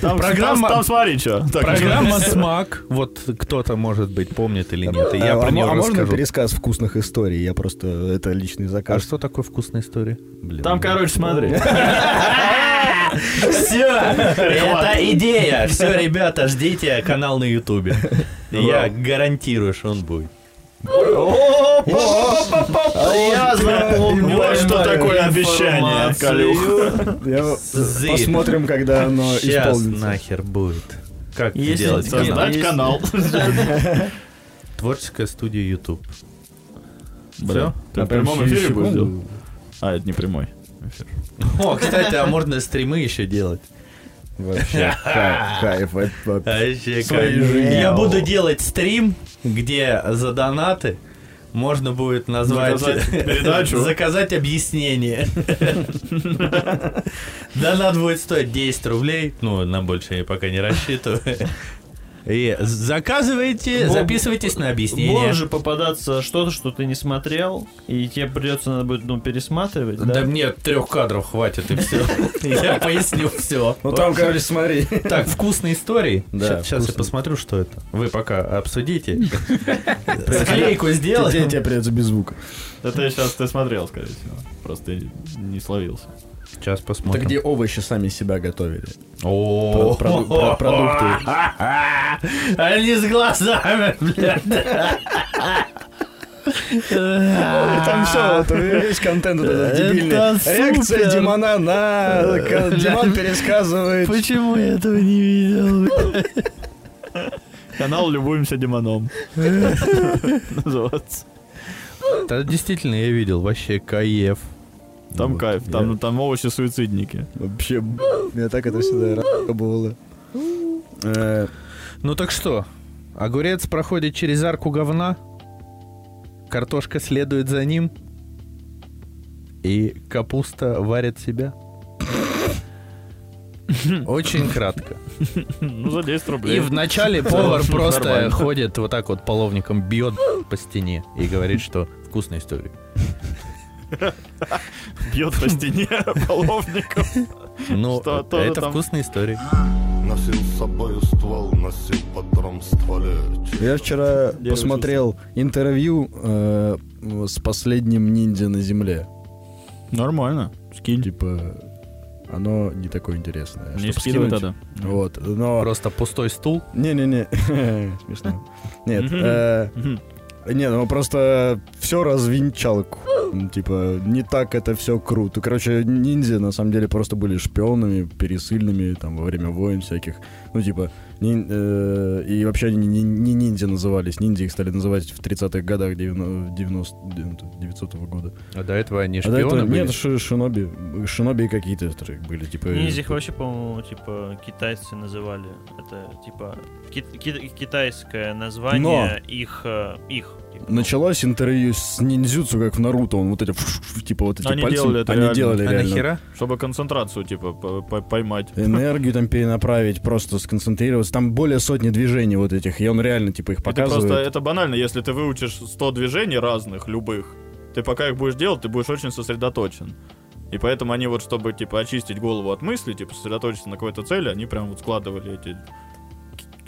D: Там,
C: Программа-
D: там, там смотри чё. Так,
C: Программа «Смак». Вот кто-то, может быть, помнит или нет. И я
B: а,
C: про
B: а
C: нее
B: мо- а можно
C: расскажу.
B: пересказ вкусных историй? Я просто... Это личный
C: А
B: заказ.
C: что такое вкусная история?
D: Там, короче, смотри.
C: Все! Это идея! Все, ребята, ждите канал на Ютубе. Я гарантирую, что он будет.
F: Я запомнил.
D: Вот что такое обещание от Калюха.
B: Я-
C: Зырь.
B: Посмотрим, когда оно
C: Сейчас
B: исполнится.
C: нахер будет. Как
F: Если
C: делать
F: ты-
C: канал?
D: Создать
F: Есть.
D: канал.
C: Творческая студия YouTube.
D: Всё? Ты в прямом эфире будешь делать? А, это не прямой.
C: О, кстати, а можно стримы еще делать.
B: Вообще, ха- кайф. это вообще. Своей
C: Вообще, кайф.
B: жизни.
C: Я буду делать стрим, где за донаты можно будет назвать
D: Заказать передачу.
C: заказать объяснение. Донат будет стоить 10 рублей. Ну, на больше я пока не рассчитываю. И заказывайте,
F: Бо-
C: записывайтесь на объяснение.
F: Может же попадаться что-то, что ты не смотрел, и тебе придется надо будет ну, пересматривать, да?
C: Да мне трех кадров хватит и все. Я поясню все.
B: Ну там, короче, смотри.
C: Так, вкусные истории.
B: Да,
C: сейчас я
B: вкусные.
C: посмотрю, что это. Вы пока обсудите. Склейку
B: Тебе
C: сделаем.
B: тебе придется без звука.
D: Это я сейчас ты смотрел, скорее всего. Просто не словился.
C: Сейчас
B: Это
C: посмотрим.
B: где овощи сами себя готовили.
C: О,
B: Про- про- продукты.
C: Они с глазами, блядь.
B: Там все, весь контент вот этот
C: А. Это
B: дебильный.
C: супер.
B: Реакция Димона на... к- Димон пересказывает.
C: Почему я этого не видел?
D: Канал «Любуемся Димоном». Называться.
C: Да, действительно, я видел. Вообще кайф.
D: Там
C: Вот,
D: кайф,
C: я-
D: там, там овощи-суицидники.
B: Вообще, я так это всегда было. Э,
C: Ну так что? Огурец проходит через арку говна, картошка следует за ним, и капуста варит себя. Очень кратко.
D: Ну, за 10
C: И
D: рублей.
C: вначале повар просто
D: Нормально.
C: ходит вот так вот половником, бьет по стене и говорит, что вкусная история.
D: Бьет по стене половником.
C: Ну,
D: Что, тоже
C: это
D: там?
C: вкусная история.
G: Носил с собою ствол, носил в подром стволе Через
B: Я вчера
D: Дерево
B: посмотрел интервью э, с последним ниндзя на земле.
D: Нормально. Скинь.
B: Типа, оно не такое интересное.
D: Не
B: Чтоб
D: скидывай
B: скинуть,
D: тогда.
B: Вот, но...
C: Просто пустой стул.
B: Не-не-не, смешно. Нет, э,
D: Мгм.
B: не, ну просто все развенчал. к хуям. Типа, не так это все круто. Короче, ниндзя на самом деле просто были шпионами, пересыльными, там, во время войн всяких. Ну, типа, нин- э, и вообще они не, не ниндзя назывались. Ниндзя их стали называть в 30-х годах 900-го года.
C: А до этого они
B: А до этого-
C: шпионы были.
B: Нет, ши- шиноби. Шиноби какие-то тр- были, типа...
F: Ниндзя их вообще, по-моему, типа китайцы называли. Это типа ки- ки- китайское название их э, их. типа, ну,
B: Началось интервью с ниндзюцу, как в Наруто, он вот эти, фу- типа вот эти
D: Они
B: пальцы,
D: делали это
B: они
D: реально.
B: делали
C: А
B: реально.
C: нахера?
D: Чтобы концентрацию, типа, по- по- поймать.
B: Э, Энергию там перенаправить, просто сконцентрироваться. Там более сотни движений вот этих, и он реально типа их
D: Это
B: показывает.
D: просто, это банально, если ты выучишь 100 движений разных, любых, ты пока их будешь делать, ты будешь очень сосредоточен. И поэтому они вот, чтобы, типа, очистить голову от мыслей, типа, сосредоточиться на какой-то цели, они прям вот складывали эти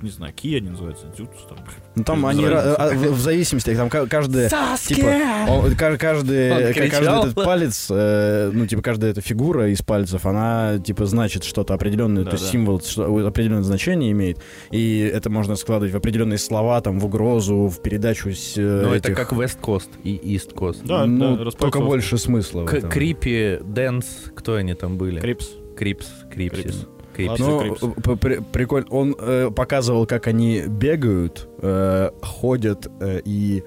D: не знаю, Kia они называются, Дзюцу там.
B: Ну там
D: Без
B: они
D: разницы.
B: ра- а, в в зависимости, там ка- каждая типа о, ка- каждый,
I: Он
B: ка- каждый
I: кричал.
B: этот палец, э, ну типа каждая эта фигура из пальцев, она типа значит что-то определенное, то есть
D: Да-да.
B: символ что- определенное значение имеет, и это можно складывать в определенные слова, там в угрозу, в передачу. с, э,
C: Ну, это
B: этих-
C: как West Coast и East Coast.
D: Да,
B: ну,
D: да,
B: только
D: распальцовка.
B: больше смысла. в
C: К-
B: этом.
C: Крипи, Дэнс, кто они там были?
D: Крипс.
C: Крипс, Крипсис.
D: Крипс.
C: Крипсис.
D: Ладно.
B: Ну,
D: Крипс.
B: п- при- прикольно. Он э, показывал, как они бегают, э, ходят э, и,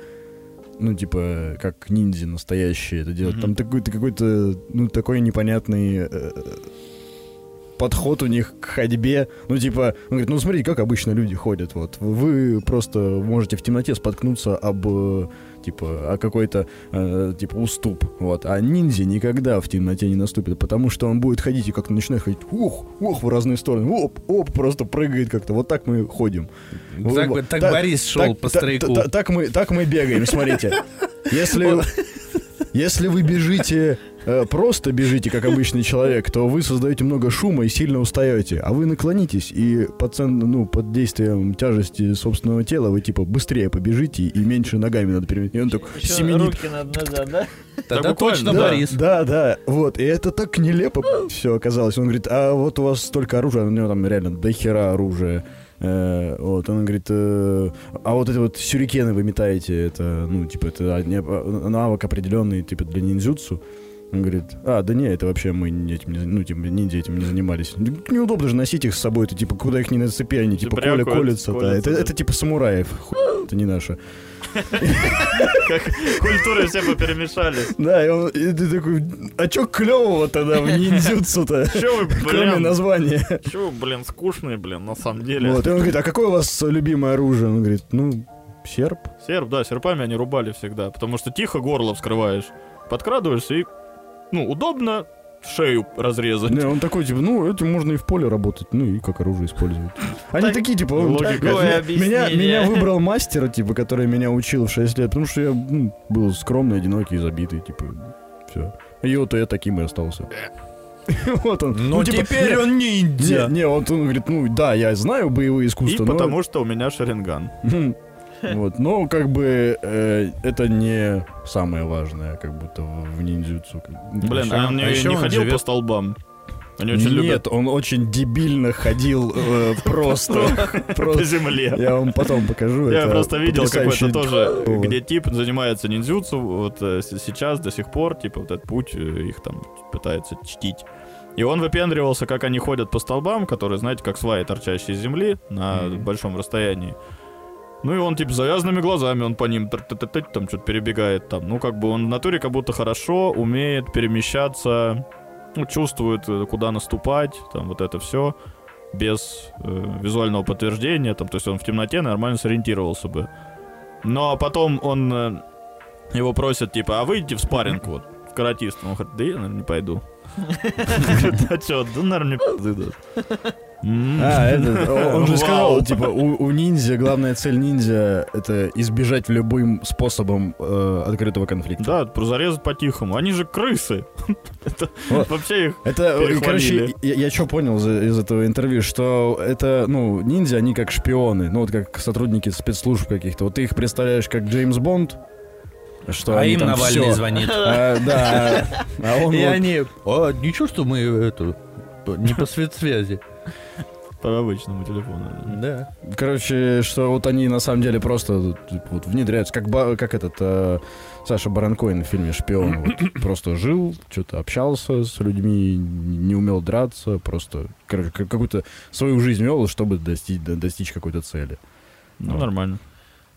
B: ну, типа, как ниндзя настоящие это делают.
D: Мгм.
B: Там такой-то какой-то, ну, такой непонятный э, э, подход у них к ходьбе. Ну, типа, он говорит, ну, смотрите, как обычно люди ходят, вот. Вы просто можете в темноте споткнуться об, э, типа, о какой-то, э, типа, уступ, вот. А ниндзя никогда в темноте не наступит, потому что он будет ходить и как-то начинает ходить, ух, ух, в разные стороны, оп, оп, просто прыгает как-то. Вот так мы ходим.
I: Так,
B: Во-
I: вот- так
B: так-
I: Борис шел
B: Так-
I: по
B: та-
I: стройку.
B: та- та- Так мы, так мы бегаем, смотрите. Если, если вы бежите, э, просто бежите, как обычный человек, то вы создаете много шума и сильно устаете. А вы наклонитесь, и под, цен- ну, под действием тяжести собственного тела вы, типа, быстрее побежите и меньше ногами надо переменить. И он такой
F: Еще
B: семенит.
F: руки надо назад, да?
I: Тогда
D: Так буквально,
I: точно
D: да.
I: Борис.
B: Да, да, вот, и это так нелепо все оказалось. Он говорит, а вот у вас столько оружия, у него там реально до хера оружия. Э, вот, он говорит, э, а вот эти вот сюрикены вы метаете, это, ну, типа, это не- навык определенный, типа, для ниндзюцу. Он говорит, а, да не, это вообще мы не этим, не за- ну, типа, ниндзя этим не занимались. Да Неудобно же носить их с собой, ты, типа, куда их не нацепи, они, типа, коля
D: Брякают,
B: колятся, да.
D: колятся,
B: Это,
D: да.
B: это, типа, самураев, Ху- это не наше.
D: Культуры все поперемешались.
B: Да, и, он, и ты такой, а чё клевого тогда в ниндзюцу-то?
D: Че вы,
B: Кроме
D: блин,
B: названия.
D: чё вы, блин, скучные, блин, на самом деле.
B: Вот, и он говорит, а какое у вас любимое оружие? Он говорит, ну, серп.
D: Серп, да, серпами они рубали всегда, потому что тихо горло вскрываешь, подкрадываешься и, ну, удобно шею разрезать.
B: Не, он такой, типа, ну, этим можно и в поле работать, ну, и как оружие использовать. Они такие, типа, он,
D: Логика.
B: типа,
F: Такое
B: меня,
F: объяснение.
B: меня выбрал мастер, типа, который меня учил в 6 лет, потому что я ну, был скромный, одинокий, забитый, типа, все. И вот я таким и остался. Вот он. Ну, типа,
C: Но Ну, теперь он ниндзя.
B: Не, не, вот он говорит, ну да, я знаю боевые
D: И
B: искусства, но...
D: потому что у меня шаринган.
B: Мгм. Вот, но как бы э, это не самое важное, как будто в в ниндзюцу.
D: Блин,
C: еще-
D: а он не,
C: а еще
D: не
C: он
D: ходил
C: живет-
D: по столбам? Они очень
B: Нет,
D: любят
B: он очень дебильно ходил э, просто.
D: по
B: просто.
D: земле.
B: Я вам потом покажу.
D: Я
B: это
D: просто видел
B: потрясающий-
D: какой-то тоже,
B: О.
D: где тип занимается ниндзюцу, вот э, с- сейчас до сих пор, типа, вот этот путь э, их там пытается чтить. И он выпендривался, как они ходят по столбам, которые, знаете, как сваи, торчащие из земли на большом расстоянии. Ну и он, типа, с завязанными глазами, он по ним тр- тр- тр- тр- там что-то перебегает там. Ну, как бы он в натуре как будто хорошо умеет перемещаться, ну, чувствует, э, куда наступать, там вот это все без э, визуального подтверждения, там, то есть он в темноте нормально сориентировался бы. Но потом он э, его просят, типа, а выйдите в спарринг вот, в каратист. Он говорит, да я, наверное, не пойду. А что, да, наверное, мне пизды даст. М.
B: А, это, он он же
D: Вау.
B: сказал, типа, у, у ниндзя, главная цель ниндзя — это избежать любым способом э, открытого конфликта.
D: Да, про- зарезать по-тихому. Они же крысы. Это
B: Вот.
D: Вообще их...
B: Это, э,
D: Перехвалили.
B: короче, я, что понял за- из этого интервью, что это, ну, ниндзя, они как шпионы, ну, вот как сотрудники спецслужб каких-то. Вот ты их представляешь как Джеймс Бонд, что
C: А
B: они
C: им
B: там
C: Навальный
B: всё.
C: звонит.
B: А, да, а он
C: И
B: вот-
C: они... А, ничего, что мы эту... Не по светсвязи.
D: По обычному телефону.
C: Да.
B: короче, что вот они на самом деле просто типа, вот внедряются, как, ба- как этот э, Саша Баранкоин в фильме «Шпион». вот. просто жил, что-то общался с людьми, не умел драться, просто, короче, как- какую-то свою жизнь вел, чтобы достичь, достичь какой-то цели.
D: Ну,
B: Вот.
D: нормально.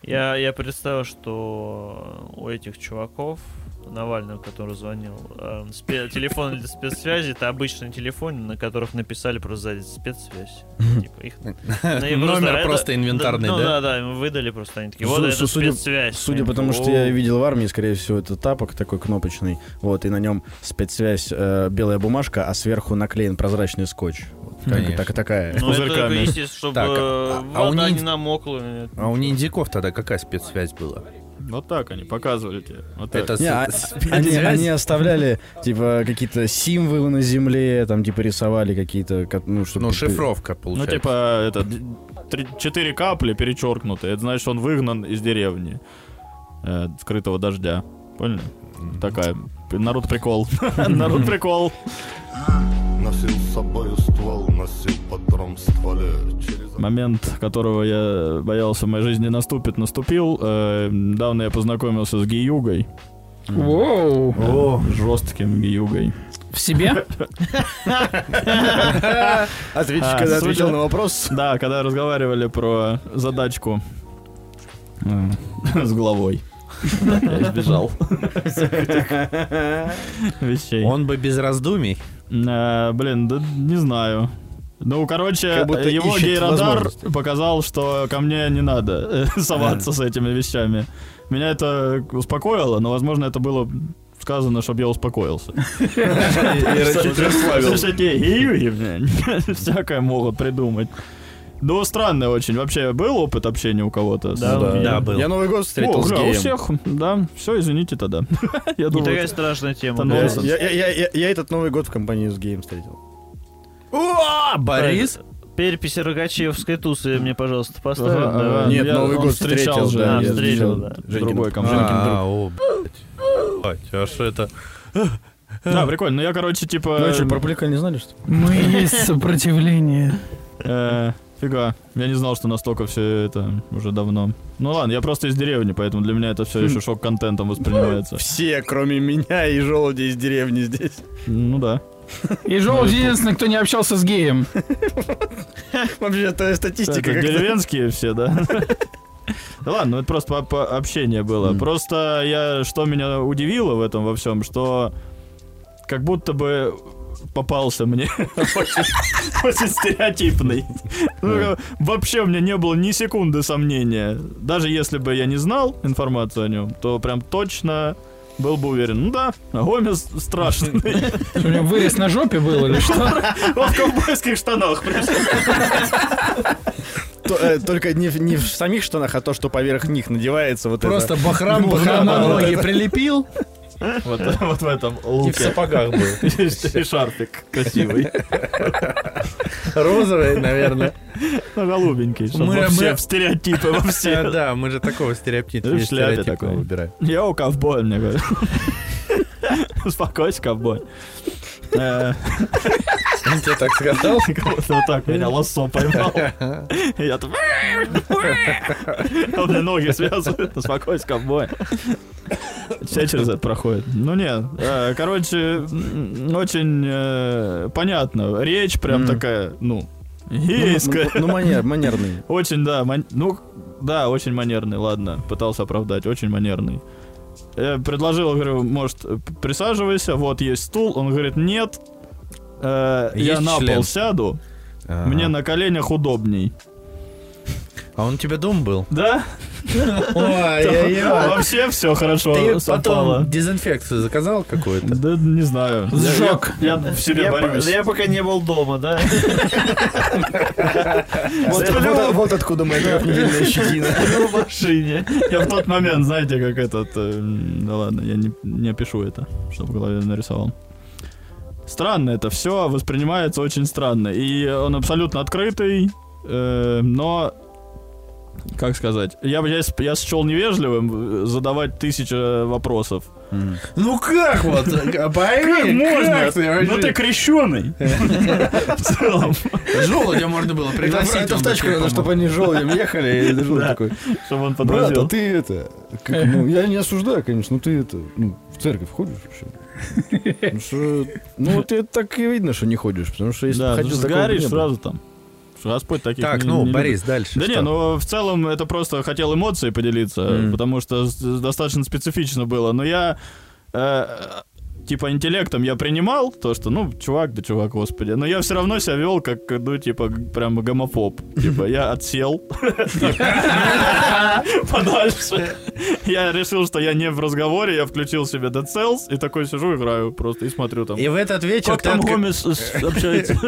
F: Я, я представил, что у этих чуваков, Навального, который звонил, эм, спе- телефон для спецсвязи, это обычные телефоны, на которых написали просто сзади спецсвязь. Типа их- ну, и просто
C: Номер
F: это-
C: просто инвентарный,
F: Ну
C: да?
F: да, да, им выдали просто, они такие,
B: Су-
F: вот
B: су-
F: это
B: судя-
F: спецсвязь.
B: Судя
F: Они
B: по тому,
F: такие,
B: что я
F: «О».
B: видел в армии, скорее всего, это тапок такой кнопочный. Вот, и на нем спецсвязь э, белая бумажка, а сверху наклеен прозрачный скотч. Вот, как-
C: Конечно.
B: так, такая.
F: Ну, это,
D: пузырьками.
F: естественно, чтобы
C: Так, а-
F: э,
C: а у
F: вода
C: ниндзя-
F: не э,
B: Ну
F: намокла.
C: А у ниндзяков тогда какая спецсвязь была?
D: Вот так они показывали тебе. Вот так.
C: Это с-
B: Не, а-
C: с-
B: они,
C: спецсвязь?
B: они оставляли, типа, какие-то символы на земле, там, типа, рисовали какие-то, как- ну, чтобы...
C: Ну, шифровка, получается.
D: Ну, типа, это... д- три- четыре капли перечеркнуты. Это значит, он выгнан из деревни. э, от скрытого дождя. Поняли? Такая. п- Народ прикол. Народ прикол.
G: Носил с собою ствол, носил патрон в стволе Через
D: Момент, которого я боялся в моей жизни наступит, наступил. Э, Недавно я познакомился с Гиюгой.
E: Воу.
D: О, жестким Гиюгой.
E: В себе?
B: Ответь,
D: А,
B: когда
D: судя-
B: ответил на вопрос.
D: Да, когда разговаривали про задачку э, с головой. Я сбежал. Вещей.
C: Он бы без раздумий.
D: Э, Блин, да не знаю. Ну, короче,
B: Как будто
D: его
B: ищет
D: гейрадар
B: возможности.
D: показал, что ко мне не надо э, соваться с этими вещами. Меня это успокоило, но, возможно, это было сказано, чтобы я успокоился. Всякие «Ию», блин, Всякое могут придумать. Ну, странный очень. Вообще, был опыт общения у кого-то? с-
F: Да,
D: О,
C: Да, был.
B: Я Новый год встретил с
D: бля, у
B: геем.
D: всех, да. Все, извините тогда. Я
F: Не
D: думал,
F: такая
D: это-
F: страшная тема.
D: это
F: да.
D: нонсенс.
B: Я, я- я- я- я этот Новый год в компании с геем встретил.
C: О, Борис?
F: Переписи Рогачевской тусы мне, пожалуйста, поставь.
D: Ага,
F: давай.
D: ага.
B: Нет,
D: я-
B: Новый
D: он
B: год
D: встречал
B: встретил,
D: же,
B: да.
F: а,
B: я
F: встретил,
B: встречал.
F: да.
D: С
B: Женькин
D: другой
B: друг.
D: компанией.
C: А, о, блядь. Блядь, а что это?
D: Да, прикольно. Ну, я, короче, типа...
B: Ну, что, про Плика не знали, что ли?
E: Мы есть сопротивление.
D: Э, Фига. Я не знал, что настолько все это уже давно. Ну ладно, я просто из деревни, поэтому для меня это все еще шок-контентом воспринимается.
B: Все, кроме меня и желуди из деревни здесь.
D: Ну да.
E: И Жоу единственный, кто не общался с геем.
B: Вообще, то
D: Это
B: статистика как-то...
D: деревенские все, да? Да ладно, ну это просто по- по- общение было. Просто я, что меня удивило в этом во всем, что как будто бы попался мне очень, очень стереотипный. Ну, Вообще у меня не было ни секунды сомнения. Даже если бы я не знал информацию о нем, то прям точно был бы уверен. Ну да, Гомес страшный.
E: Что, У него вырез на жопе был или что?
D: Он в ковбойских штанах пришел.
B: То- э, Только не в- не в самих штанах, а то, что поверх них надевается вот это.
I: Просто бахрам
B: Ну,
I: бы
B: да,
I: на
B: да,
I: ноги прилепил
D: Вот вот в этом
I: и в
D: луке.
I: сапогах был.
D: И шарфик красивый.
I: Розовый, наверное.
D: Ну, голубенький. чтобы
I: Мы-
D: вообще
I: мы-
D: в стереотипы во
I: А,
D: все.
I: Да, мы же такого стереотипа
D: И в шляпе такой.
I: выбираем.
D: Э, Я у ковбоя, мне говорят. Успокойся, ковбой. Э,
I: Он тебе так сказал?
D: как будто Вот так меня лосо поймал. И Я тут... Он мне ноги связывает. Успокойся, ковбой. Все через это проходит. Ну нет, э, короче, м, очень э, понятно. Речь прям такая, ну, гейская.
B: Ну, манер- манерный.
D: Очень, да, ман- ну, да, очень манерный, ладно, пытался оправдать, очень манерный. Я предложил, говорю, может, э, п- присаживайся, вот есть стул, он говорит, нет, Э, я
C: Есть
D: на
C: член.
D: пол сяду,
C: А.
D: мне на коленях удобней.
C: А он у тебя дом был?
D: Да?
I: Ой-ой-ой.
D: Вообще все хорошо
I: Ты
D: совпало.
I: потом дезинфекцию заказал какую-то?
D: Да не знаю. Я-
E: Сжег.
D: Я, я в себе
F: Я, по-
D: борюсь.
F: да я пока не был дома, да?
B: Вот вот- вот откуда моя трехнедельная щетина.
D: Я в машине. Я в тот момент, знаете, как этот... э, м, Да ладно, я не, не опишу это, что в голове нарисовал. Странно это все, воспринимается очень странно. И он абсолютно открытый, э, но... Как сказать? Я, бы- я, с- я счел невежливым э, задавать тысяча вопросов.
I: Ну как вот?
D: Как
I: Пойми,
D: можно?
I: как ты вообще?
D: ну ты крещеный.
B: Э,
D: В целом.
I: Желудя можно было
B: Брать
I: пригласить.
B: это в тачку надо, чтобы они желудем ехали. И желудь такой,
D: Чтобы он
B: брат, а
D: подвозил.
B: ты это... как, ну, я не осуждаю, конечно, но ты это... ну, в церковь ходишь вообще? Потому что, ну, ты так и видно, что не ходишь, потому что если
D: Да, ну,
B: бы ходил, такого бы
D: сгоришь
B: не было.
D: сразу там. Господь таких
I: Так,
D: не-
I: ну,
D: не любит.
I: Борис, дальше.
D: Да не,
I: что?
D: ну в целом это просто хотел эмоции поделиться,
B: Мгм.
D: потому что с- достаточно специфично было. Но я э, типа интеллектом я принимал то, что ну чувак, да чувак, господи. Но я все равно себя вел как ну типа г- прям гомофоб. Типа я отсел подальше. Я решил, что я не в разговоре, я включил себе Dead Cells и такой сижу играю просто и смотрю там.
I: И в этот вечер
D: Как
I: ты
D: там
I: отка-
D: Гомес с- общается?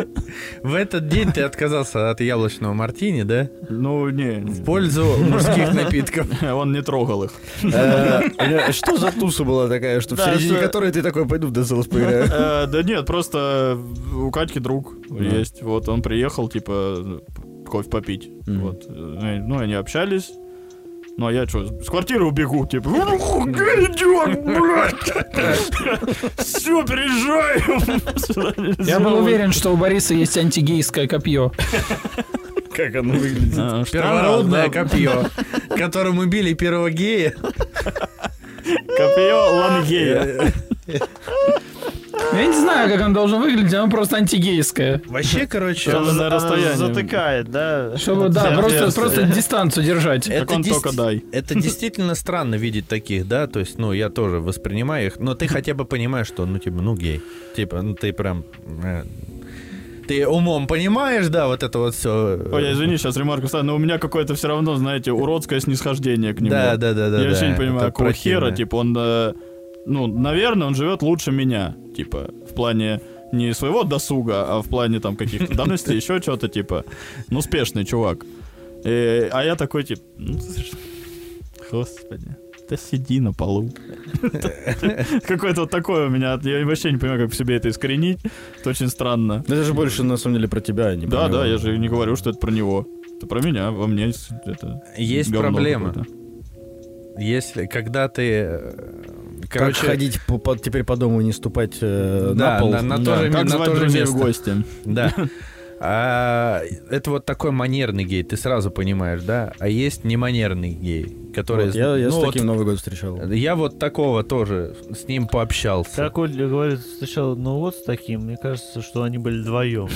I: в этот день ты отказался от яблочного мартини, да?
D: Ну не,
I: В
D: не.
I: пользу мужских напитков.
D: он не трогал их.
B: Э, э, Что за туса была такая, что в
D: Да,
B: середине
D: что-
B: которой ты такой, пойду в DSLS поиграю?
D: Э, Да нет, просто у Катьки друг есть. Вот он приехал, типа, кофе попить.
B: Мгм.
D: Вот. Э, Ну, они общались. Ну, а я что, с квартиры убегу, типа, «Ух, горячок, блядь! Все, переезжаем! Сюда нельзя
E: Я был
D: вот».
E: уверен, что у Бориса есть антигейское копье.
B: Как оно выглядит?
D: А, что,
I: Первородное
D: да,
I: копье, которым убили первого гея.
D: Копье Лангея.
E: Я не знаю, как оно должно выглядеть, оно просто антигейское.
I: Вообще, короче,
D: Там
F: Она-
D: на
F: она
D: расстоянии.
F: Затыкает, да?
E: Чтобы, да,
F: Для
E: просто,
F: отверстия.
E: просто дистанцию держать.
D: Как он
C: дес-
D: только дай.
C: это действительно странно видеть таких, да, то есть, ну, я тоже воспринимаю их, но ты хотя бы понимаешь, что, ну, типа, ну, гей, типа, ну, ты прям, э, ты умом понимаешь, да, вот это вот все.
D: Ой, я извини, сейчас ремарку ставлю, но у меня какое-то все равно, знаете, уродское снисхождение к нему.
C: Да, да, да, да.
D: Я вообще
C: да,
D: не понимаю,
C: это
D: какого
C: противно.
D: хера, типа, он, э, ну, наверное, он живет лучше меня, типа, в плане не своего досуга, а в плане там каких-то давностей, еще что-то, типа, ну, успешный чувак. Э, а я такой, типа, ну, ты ж- господи, да сиди на полу. Какое-то вот такое у меня, я вообще не понимаю, как в себе это искоренить, это очень странно.
B: Это же больше, на самом деле, про тебя, а не про
D: Да,
B: него.
D: да, я же не говорю, что это про него. Это про меня, во мне есть это
C: Есть
D: говно
C: проблема.
D: какое-то.
C: Если, когда ты, э,
B: Как
C: короче,
B: ходить по- по- теперь по дому и не ступать э,
C: Да,
B: на пол?
C: на- на
D: Да,
C: тоже-
D: как
C: на
D: звать
C: тоже
D: друзей в
C: место.
D: гости?
C: Да. А, это вот такой манерный гей, ты сразу понимаешь, да? А есть неманерный гей, который...
B: Вот, я я
C: ну,
B: с
C: вот
B: таким Новый год встречал.
C: Я вот такого тоже с ним пообщался.
F: Как Оля говорит сначала, ну вот с таким, мне кажется, что они были вдвоем.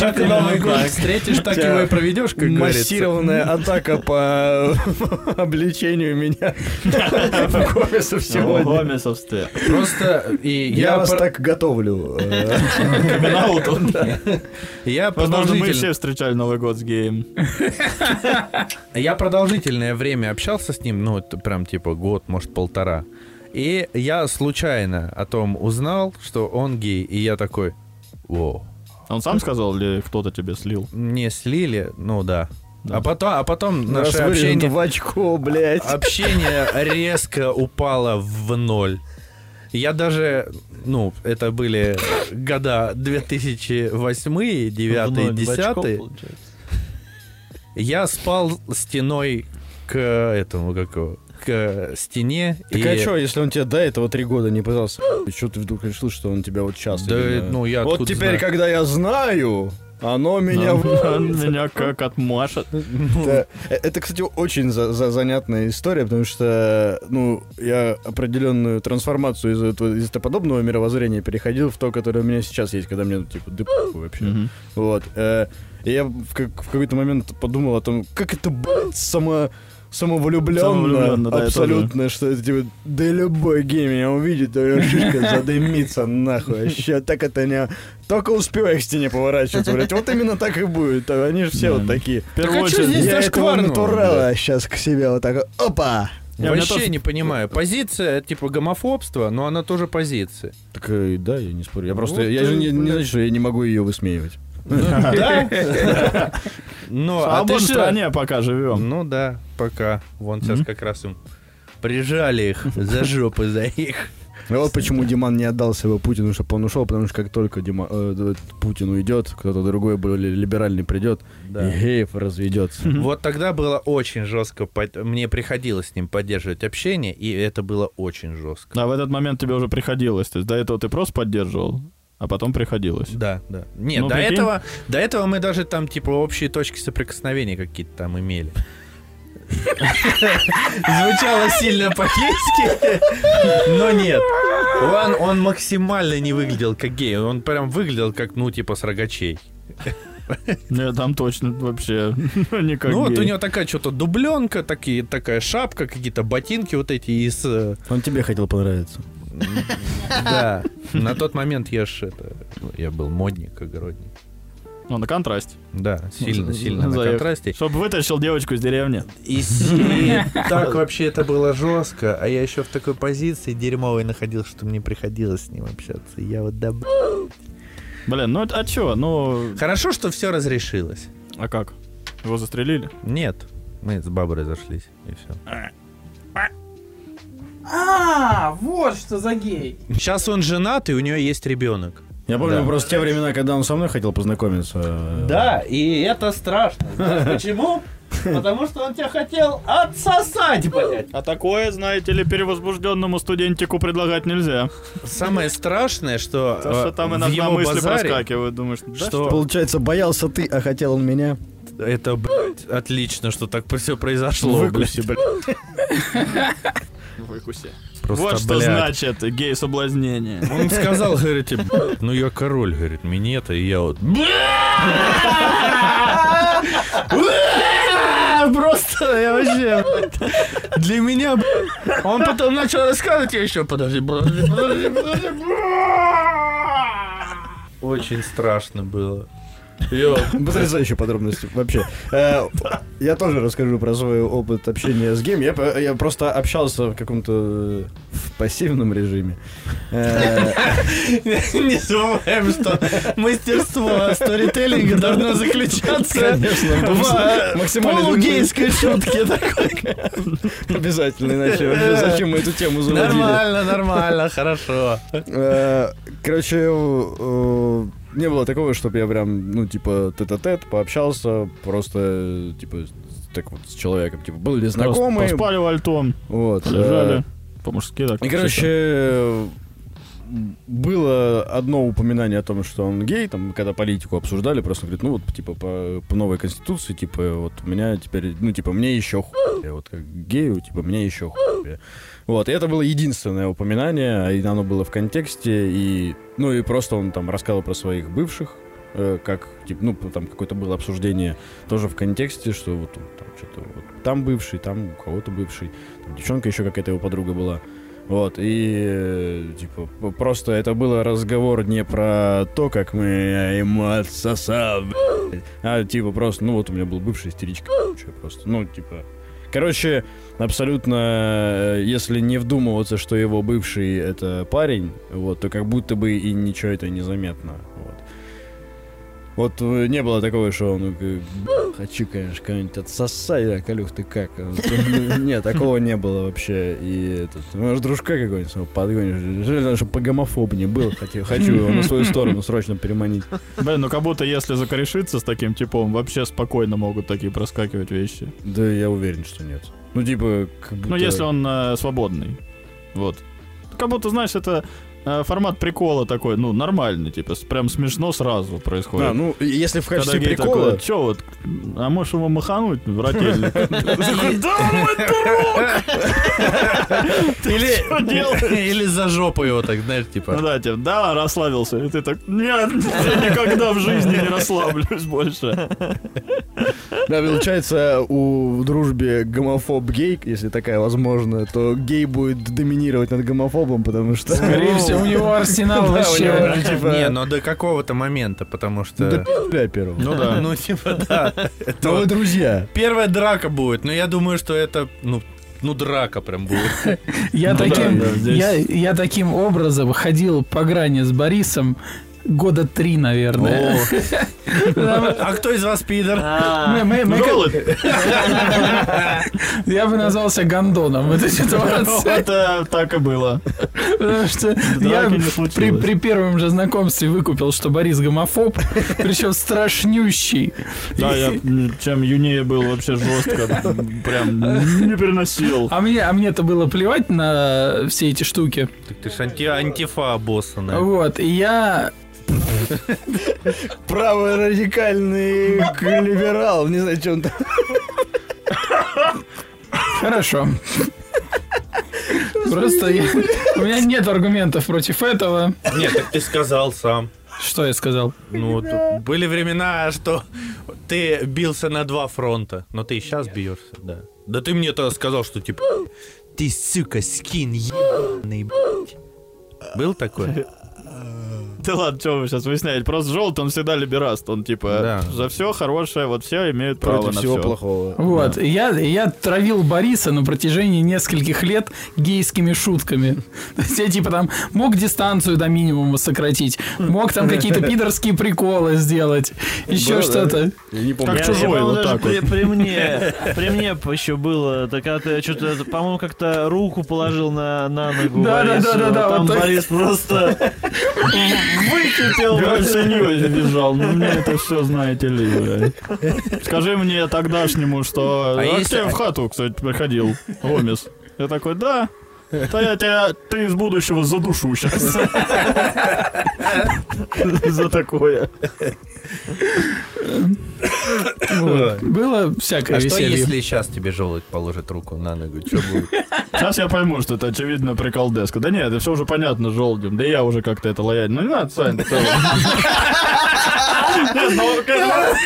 I: как ты Новый год встретишь, так
B: Да.
I: его и проведешь, как говорится.
B: Массированная атака по обличению меня в комиксов сегодня.
D: Гомесовстве.
I: Просто и
B: Я
I: я
B: вас
I: пор-
B: так готовлю. э,
C: Я
D: Возможно, мы
C: продолжитель-
D: все встречали Новый год с геем.
C: Я продолжительное время общался с ним, ну, это прям типа год, может, полтора. И я случайно о том узнал, что он гей, и я такой, о,
D: Он сам сказал или кто-то тебе слил?
C: мне слили, ну да.
D: Да.
C: А потом, а потом
B: Наше
C: наше
B: общение
C: общение,
B: в очко, блядь.
C: общение резко упало в ноль. Я даже, ну, это были года 2008, 9, 10. Я спал стеной к этому, как его, к стене.
B: Так
C: и-
B: а чё, если он тебе до этого три года не пытался? Чё ты вдруг решил, что он тебя вот сейчас?
C: Да,
B: именно-
C: ну я
B: Вот
C: откуда
B: теперь,
C: знаю.
B: когда я знаю, оно меня...
D: Он-
B: в-
D: он Меня как отмашет.
B: Да. Э, Это, кстати, очень за- за- занятная история, потому что, ну, я определенную трансформацию из этого, из этого подобного мировоззрения переходил в то, которое у меня сейчас есть, когда мне, ну, типа, да похуй вообще.
D: Мгм.
B: Вот. э, и я в, как- в какой-то момент подумал о том, как это, блядь, само... Самовлюбленно,
D: Самовлюбленно, да, я
B: абсолютно, что это типа, да любой гей меня увидит, да его шишка задымится нахуй, вообще так это не... Только успевай к стене поворачиваться, блядь, вот именно так и будет, а они же все
D: Да.
B: вот такие.
D: В первую
I: а чё
D: очередь,
I: здесь
B: Я
I: за
B: этого
I: шкварного,
B: натурала сейчас к себе вот так, опа!
D: Я- у меня
C: Вообще
D: тоже-
C: не понимаю. Позиция это типа гомофобство, но она тоже позиция.
B: Так, э, да, я не спорю, я
C: просто- я же не- не значит,
B: что я не могу ее высмеивать.
C: Но
D: в
C: а ты
D: свободной
C: что?
D: стране пока живем.
C: Ну да, пока. Вон сейчас
D: Мгм.
C: как раз им прижали их за жопы за их.
B: Вот почему Диман не отдался его Путину, чтобы он ушел, потому что как только Дима, э, д- Путин уйдет, кто-то другой, более либеральный придет, и Геев разведется.
C: Вот тогда было очень жестко. под- Мне приходилось с ним поддерживать общение, и это было очень жестко.
D: А в этот момент тебе уже приходилось. То есть до этого ты просто поддерживал, а потом приходилось.
C: Да, да. Нет,
D: Ну,
C: до
D: прикинь.
C: этого, до этого мы даже там типа общие точки соприкосновения какие-то там имели. Звучало сильно по-гейски, но нет. Он, он максимально не выглядел как гей, он прям выглядел как, ну, типа, с рогачей.
D: Не, там точно вообще никак.
C: ну, вот у
D: гей.
C: него такая что-то дубленка, такие, такая шапка, какие-то ботинки вот эти из... э,
B: Он тебе хотел понравиться.
C: Да, на тот момент я ж это... ну, Я был модник, огородник.
D: Ну, на контрасте.
C: Да, сильно, сильно на
D: Заехал.
C: контрасте.
D: Чтобы вытащил девочку из деревни.
C: И, с- и так вообще это было жестко, а я еще в такой позиции дерьмовой находился, что мне приходилось с ним общаться. Я вот да. б-
D: Блин, ну это- а чё? Ну,
C: Хорошо, что все разрешилось.
D: а как? Его застрелили?
C: Нет, мы с бабой разошлись и все.
E: А, вот что за гей.
C: Сейчас он женат и у нее есть ребенок.
B: Я помню
C: Да.
B: просто те времена, когда он со мной хотел познакомиться. э,
F: Да, и это страшно. Знаешь почему? Потому что он тебя хотел отсосать, блядь.
D: А такое, знаете ли, перевозбужденному студентику предлагать нельзя.
C: Самое страшное, что,
D: Потому что
C: э,
D: там
C: в
D: иногда
C: его
D: мысли
C: базаре
D: проскакивают, думаешь, да
C: Что?
B: Получается, боялся ты, а хотел он меня.
C: это блядь, отлично, что так все произошло.
B: Выкуси,
C: блядь.
D: Выкуси.
C: Просто,
D: вот что
C: блядь.
D: значит гей-соблазнение.
C: Он сказал, говорит, «Б***ь, ну я король, говорит, минета, и я вот...
I: Просто я вообще... блядь, Для меня... блядь. Он потом начал рассказывать, я еще подожди, подожди, подожди, подожди.
C: Очень страшно было.
B: Потрясающие подробности вообще. Э, Я тоже расскажу про свой опыт общения с геем. Я по- Я просто общался в каком-то э, в пассивном режиме. Э,
I: Не забываем, что мастерство сторителлинга должно заключаться в
B: максимально
I: полугейской шутке такой.
B: Обязательно, иначе вообще зачем мы эту тему заводили?
I: Нормально, нормально, хорошо.
B: Э, Короче, э, не было такого, чтобы я прям, ну, типа, тет-а-тет, пообщался, просто, типа, так вот с человеком, типа, были знакомые.
D: Поспали вальтом,
B: Вот. э,
D: лежали. По-мужски так.
B: И, короче, э, было одно упоминание о том, что он гей, там, когда политику обсуждали, просто говорит, ну, вот, типа, по, по новой конституции, типа, вот у меня теперь, ну, типа, мне еще хуй, вот, как гею, типа, мне еще хуй. Вот, и это было единственное упоминание, и оно было в контексте, и, ну, и просто он там рассказывал про своих бывших, э, как, типа, ну, там какое-то было обсуждение тоже в контексте, что вот там что-то вот там бывший, там у кого-то бывший, там девчонка еще какая-то его подруга была. Вот, и э, типа п- просто это был разговор не про то, как мы я ему отсосал, блядь, а типа просто, ну вот у меня был бывший истеричка, короче, просто, ну типа... Короче, абсолютно, э, если не вдумываться, что его бывший это парень, вот, то как будто бы и ничего это незаметно, вот. Вот э, не было такого, что он э, «Б***ь, хочу, конечно, кого-нибудь отсосать, а Калюх, ты как? Нет, такого не было вообще. И этот, ну, может, дружка какого-нибудь своего подгонишь. Желательно, чтобы погомофобнее был. Хочу, хочу его на свою сторону срочно переманить.
D: Блин, ну как будто если закорешиться с таким типом, вообще спокойно могут такие проскакивать вещи.
B: Да я уверен, что нет. Ну, типа, как будто...
D: Ну, если он э, свободный. Вот. Как будто, знаешь, это э, формат прикола такой, ну, нормальный, типа, с- прям смешно сразу происходит.
B: Да, ну, если в
D: Когда
B: качестве
D: гей
B: прикола...
D: такой, «Чё вот, а можешь его махануть в ротельник?» Такой, «Да, ну мой
I: Или,
D: делаешь?»
I: или за жопу его так, знаешь,
D: Ну
I: типа.
D: да, типа, да, расслабился. И ты так, нет, я никогда в жизни не расслаблюсь больше.
B: Да, получается, у в дружбе гомофоб-гей, если такая возможна, то гей будет доминировать над гомофобом, потому что...
E: Скорее всего, у него арсенал вообще.
D: типа
I: Не,
C: ну
I: но до какого-то момента, потому
B: До
I: что...
B: пи***я первого.
D: Ну да.
I: Ну, типа, да.
B: Но вы друзья.
I: Первая драка будет, но я думаю, что это, ну, ну драка прям будет.
E: Я
D: Ну да,
E: таким,
D: да, здесь-
E: я, я таким образом ходил по грани с Борисом года три, наверное.
I: А кто из вас пидор?
E: Мы- мы- мы как-
D: Голод.
E: Я бы назвался гондоном в этой ситуации.
D: Это э, так и было.
E: Потому что я
D: не
E: при,
D: Ну. случилось.
E: при первом же знакомстве выкупил, что Борис гомофоб, причем страшнющий.
D: Да, я м, чем юнее был вообще жестко, м, прям не переносил.
E: А мне, а мне-то было плевать на все эти штуки.
I: Так ты ж анти- антифа босса, наверное.
E: Вот, и я...
B: Правый радикальный либерал, не знаю, что он там.
E: Хорошо. Просто я- у меня нет аргументов против этого.
I: Нет, так ты сказал сам.
E: Что я сказал?
I: Ну, тут были времена, что ты бился на два фронта, но ты и сейчас бьешься, да. Да ты мне тогда сказал, что типа, ты, сука, скин ебаный, блядь». Был такой?
D: Да ладно, что вы сейчас выясняете. Просто желтый, он всегда либераст. Он типа
I: Да.
D: за все хорошее, вот все имеют право
B: Против
D: на
B: всего
D: все.
B: плохого.
E: Вот, и я, и я травил Бориса на протяжении нескольких лет гейскими шутками. То есть я типа там мог дистанцию до минимума сократить, мог там какие-то пидорские приколы сделать,
B: Да,
E: еще
B: да.
E: что-то.
B: Я не помню.
D: Как
F: Я-
D: чужой,
F: я, по-моему,
D: вот
F: даже
D: так
F: при, при мне, при мне еще было, так когда ты что-то, по-моему, как-то руку положил на, на ногу
E: Да, да,
F: Борису,
E: да, да, да,
F: а там
E: вот так.
F: Борис просто... Выкипел
D: Короче,
F: вообще.
D: Ньюс бежал, но мне это все, знаете ли, блядь. Скажи мне тогдашнему, что...
C: А
D: А,
C: если-
D: к тебе в хату, кстати, приходил, Гомес. Я такой, да, да я тебя, ты из будущего задушу сейчас. За такое.
E: Вот. Было всякое
C: А что
E: веселье.
C: если сейчас тебе желудь положит руку на ногу? Что будет?
D: Сейчас я пойму, что это очевидно прикол деска. Да нет, это все уже понятно желдем. Да я уже как-то это лояльно. Ну не надо, Сань, ты тоже. Нет, ну, как бы-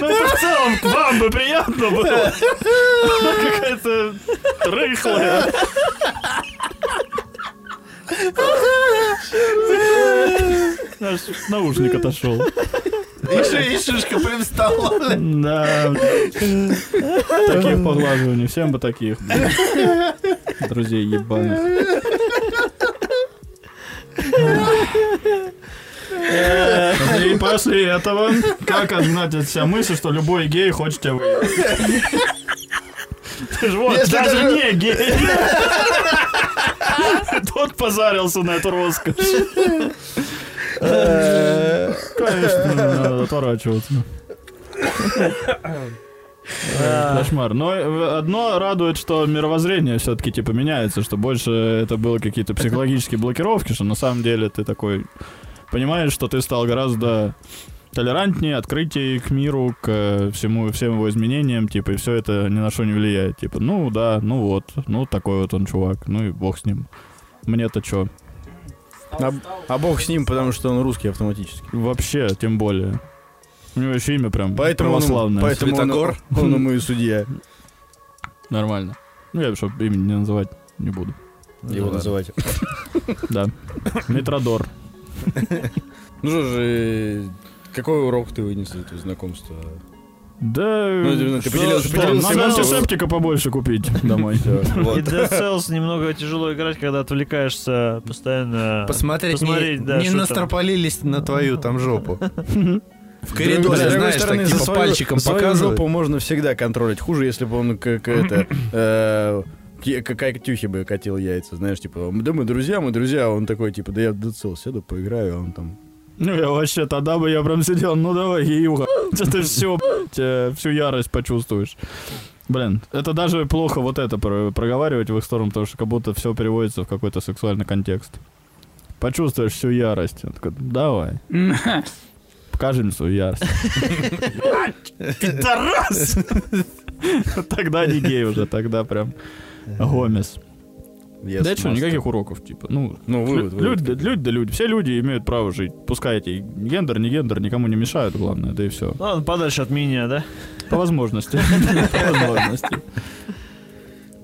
D: Ну это в целом к вам бы приятно было. Она какая-то рыхлая. Наш наушник отошел.
I: И шишка прям встала.
D: Да. Таких поглаживаний. Всем бы таких. Друзей ебаных. И после этого, как отгнать от себя мысль, что любой гей хочет тебя выебать? Ты ж вот,
B: Если
D: даже
B: даже-
D: не гей. Тот позарился на эту роскошь. Конечно, надо отворачиваться. Э, Кошмар. Но э, одно радует, что мировоззрение все-таки типа меняется, что больше это было какие-то психологические блокировки, что на самом деле ты такой понимаешь, что ты стал гораздо толерантнее, открытие к миру, к э, всему, всем его изменениям, типа, и все это ни на что не влияет. Типа, ну да, ну вот, ну такой вот он чувак, ну и бог с ним. Мне-то чё?
B: А, а бог с ним, потому что он русский автоматически.
D: Вообще, тем более. У него еще имя прям
B: Поэтому он,
D: православное.
B: поэтому он,
I: Светогор.
B: он ему и судья.
D: Нормально. Ну, я, чтобы имя не называть, не буду.
B: Его называть.
D: Да. Метродор.
B: Ну что же, какой урок ты вынес из этого знакомства?
D: Да.
B: Ну, ты
D: что-
B: поделился-
D: что,
B: поделился
D: Надо
B: мыслью.
D: антисептика побольше купить домой.
F: И Dead Cells немного тяжело играть, когда отвлекаешься постоянно.
I: Посмотреть, не,
F: Посмотреть, да,
I: не
F: что там.
I: настропалились на твою там жопу. В
B: С другой-
I: коридоре,
B: с другой
I: знаешь,
B: стороны,
I: так
B: за
I: типа
B: свою-
I: пальчиком
B: свою
I: показывают.
B: жопу можно всегда контролить. Хуже, если бы он как это... э, ки- Как Катюхе бы катил яйца, знаешь, типа, да мы друзья, мы друзья, а он такой, типа, да я в ДЦЛ сяду, поиграю, а он там...
D: Ну, я вообще тогда бы я прям сидел, ну давай, еюха. Ты все, всю ярость почувствуешь. Блин, это даже плохо вот это про- проговаривать в их сторону, потому что как будто все переводится в какой-то сексуальный контекст. Почувствуешь всю ярость. Он такой, давай, покажем свою ярость. Пидорас! Тогда не гей уже, тогда прям Гомес.
B: yes,
D: Да что,
B: master».
D: никаких уроков, типа, ну,
B: Ну, вывод,
D: Лю-
B: вывод.
D: люди, да- люди, да люди, все люди имеют право жить. Пускай эти гендер, не гендер, никому не мешают, главное, да и все.
F: Ладно, подальше от меня, да?
D: По возможности. По возможности.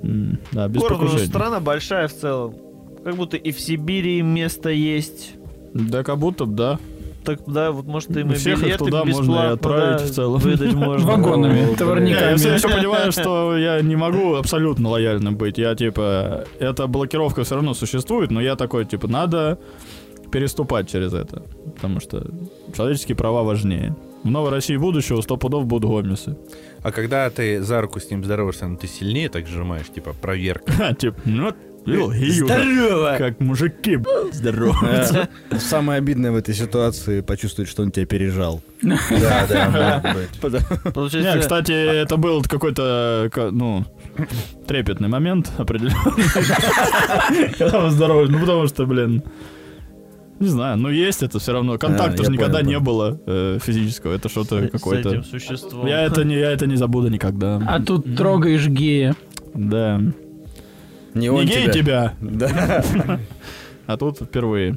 D: М, Да, без
F: Город, ну,
D: покушений.
F: страна большая в целом. Как будто и в Сибири место есть.
D: Да, как будто б, да.
F: Так, да, вот может им и
D: Всех их
F: билеты
D: туда можно и
F: бесплатно,
D: отправить
F: да,
D: в целом.
F: Выдать можно.
E: Вагонами,
D: Я
E: товарниками.
D: все еще понимаю, что я не могу абсолютно лояльным быть. Я типа, эта блокировка все равно существует, но я такой, типа, надо переступать через это. Потому что человеческие права важнее. В новой России будущего сто пудов будут гомесы.
I: А когда ты за руку с ним здороваешься, ну ты сильнее так сжимаешь, типа проверка.
D: Ха, Типа, ну, вот, ё, Юра, Как мужики, б***ь, здорово.
B: Самое обидное в этой ситуации почувствовать, что он тебя пережал.
I: Да, да, может быть.
B: Э,
F: Получается,
D: Не, кстати,
B: а-
D: это был какой-то, ка- ну, трепетный момент определенно. Когда вы здоровались, ну потому что, блин, не знаю, ну есть это все равно. Контакта
B: А,
D: же
B: я
D: никогда
B: понял,
D: не
B: понял.
D: было э, физического, это что-то
F: с- С
D: какое-то.
F: этим существом.
D: Я это не, я это не забуду
E: А
D: никогда.
E: тут трогаешь гея.
D: Да.
B: Не
D: Не гей тебя,
B: Да.
D: а тут впервые.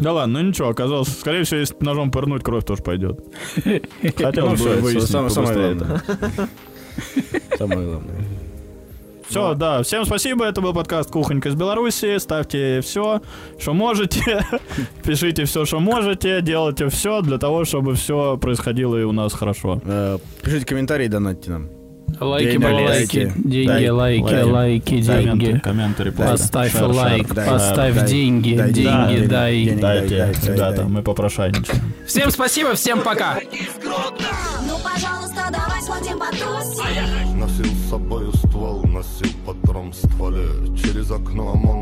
D: Да ладно, ну ничего, оказалось, скорее всего, если ножом пырнуть, кровь тоже пойдет.
B: Ну,
D: Хотелось бы
B: всё,
D: выяснить
B: сам- Самое
D: побыстрее.
B: главное. Самое главное.
D: Все, да. Всем спасибо. Это был подкаст Кухонька из Беларуси. Ставьте все, что можете. Пишите все, что можете. Делайте все для того, чтобы все происходило и у нас хорошо.
B: Э, Пишите комментарии, и донатьте нам.
E: Лайки,
B: Деньги,
E: балалайки.
B: лайки.
E: Деньги,
B: Дай.
E: лайки,
D: Лайки.
E: лайки, деньги.
D: Комменты, комменты, репосты.
E: Поставь
D: Шер, шер,
E: лайк,
B: дай,
E: поставь
B: дай,
E: деньги,
B: дай,
E: деньги,
B: дай,
E: дай.
B: денег.
D: Дайте,
B: Дай, дай,
D: ребята,
B: дай.
D: мы попрошайничаем.
E: Всем спасибо, всем пока.
J: Ну, пожалуйста, давай сходим потусим.
G: Носил с собою ствол, носил по стволе Через окно ОМОН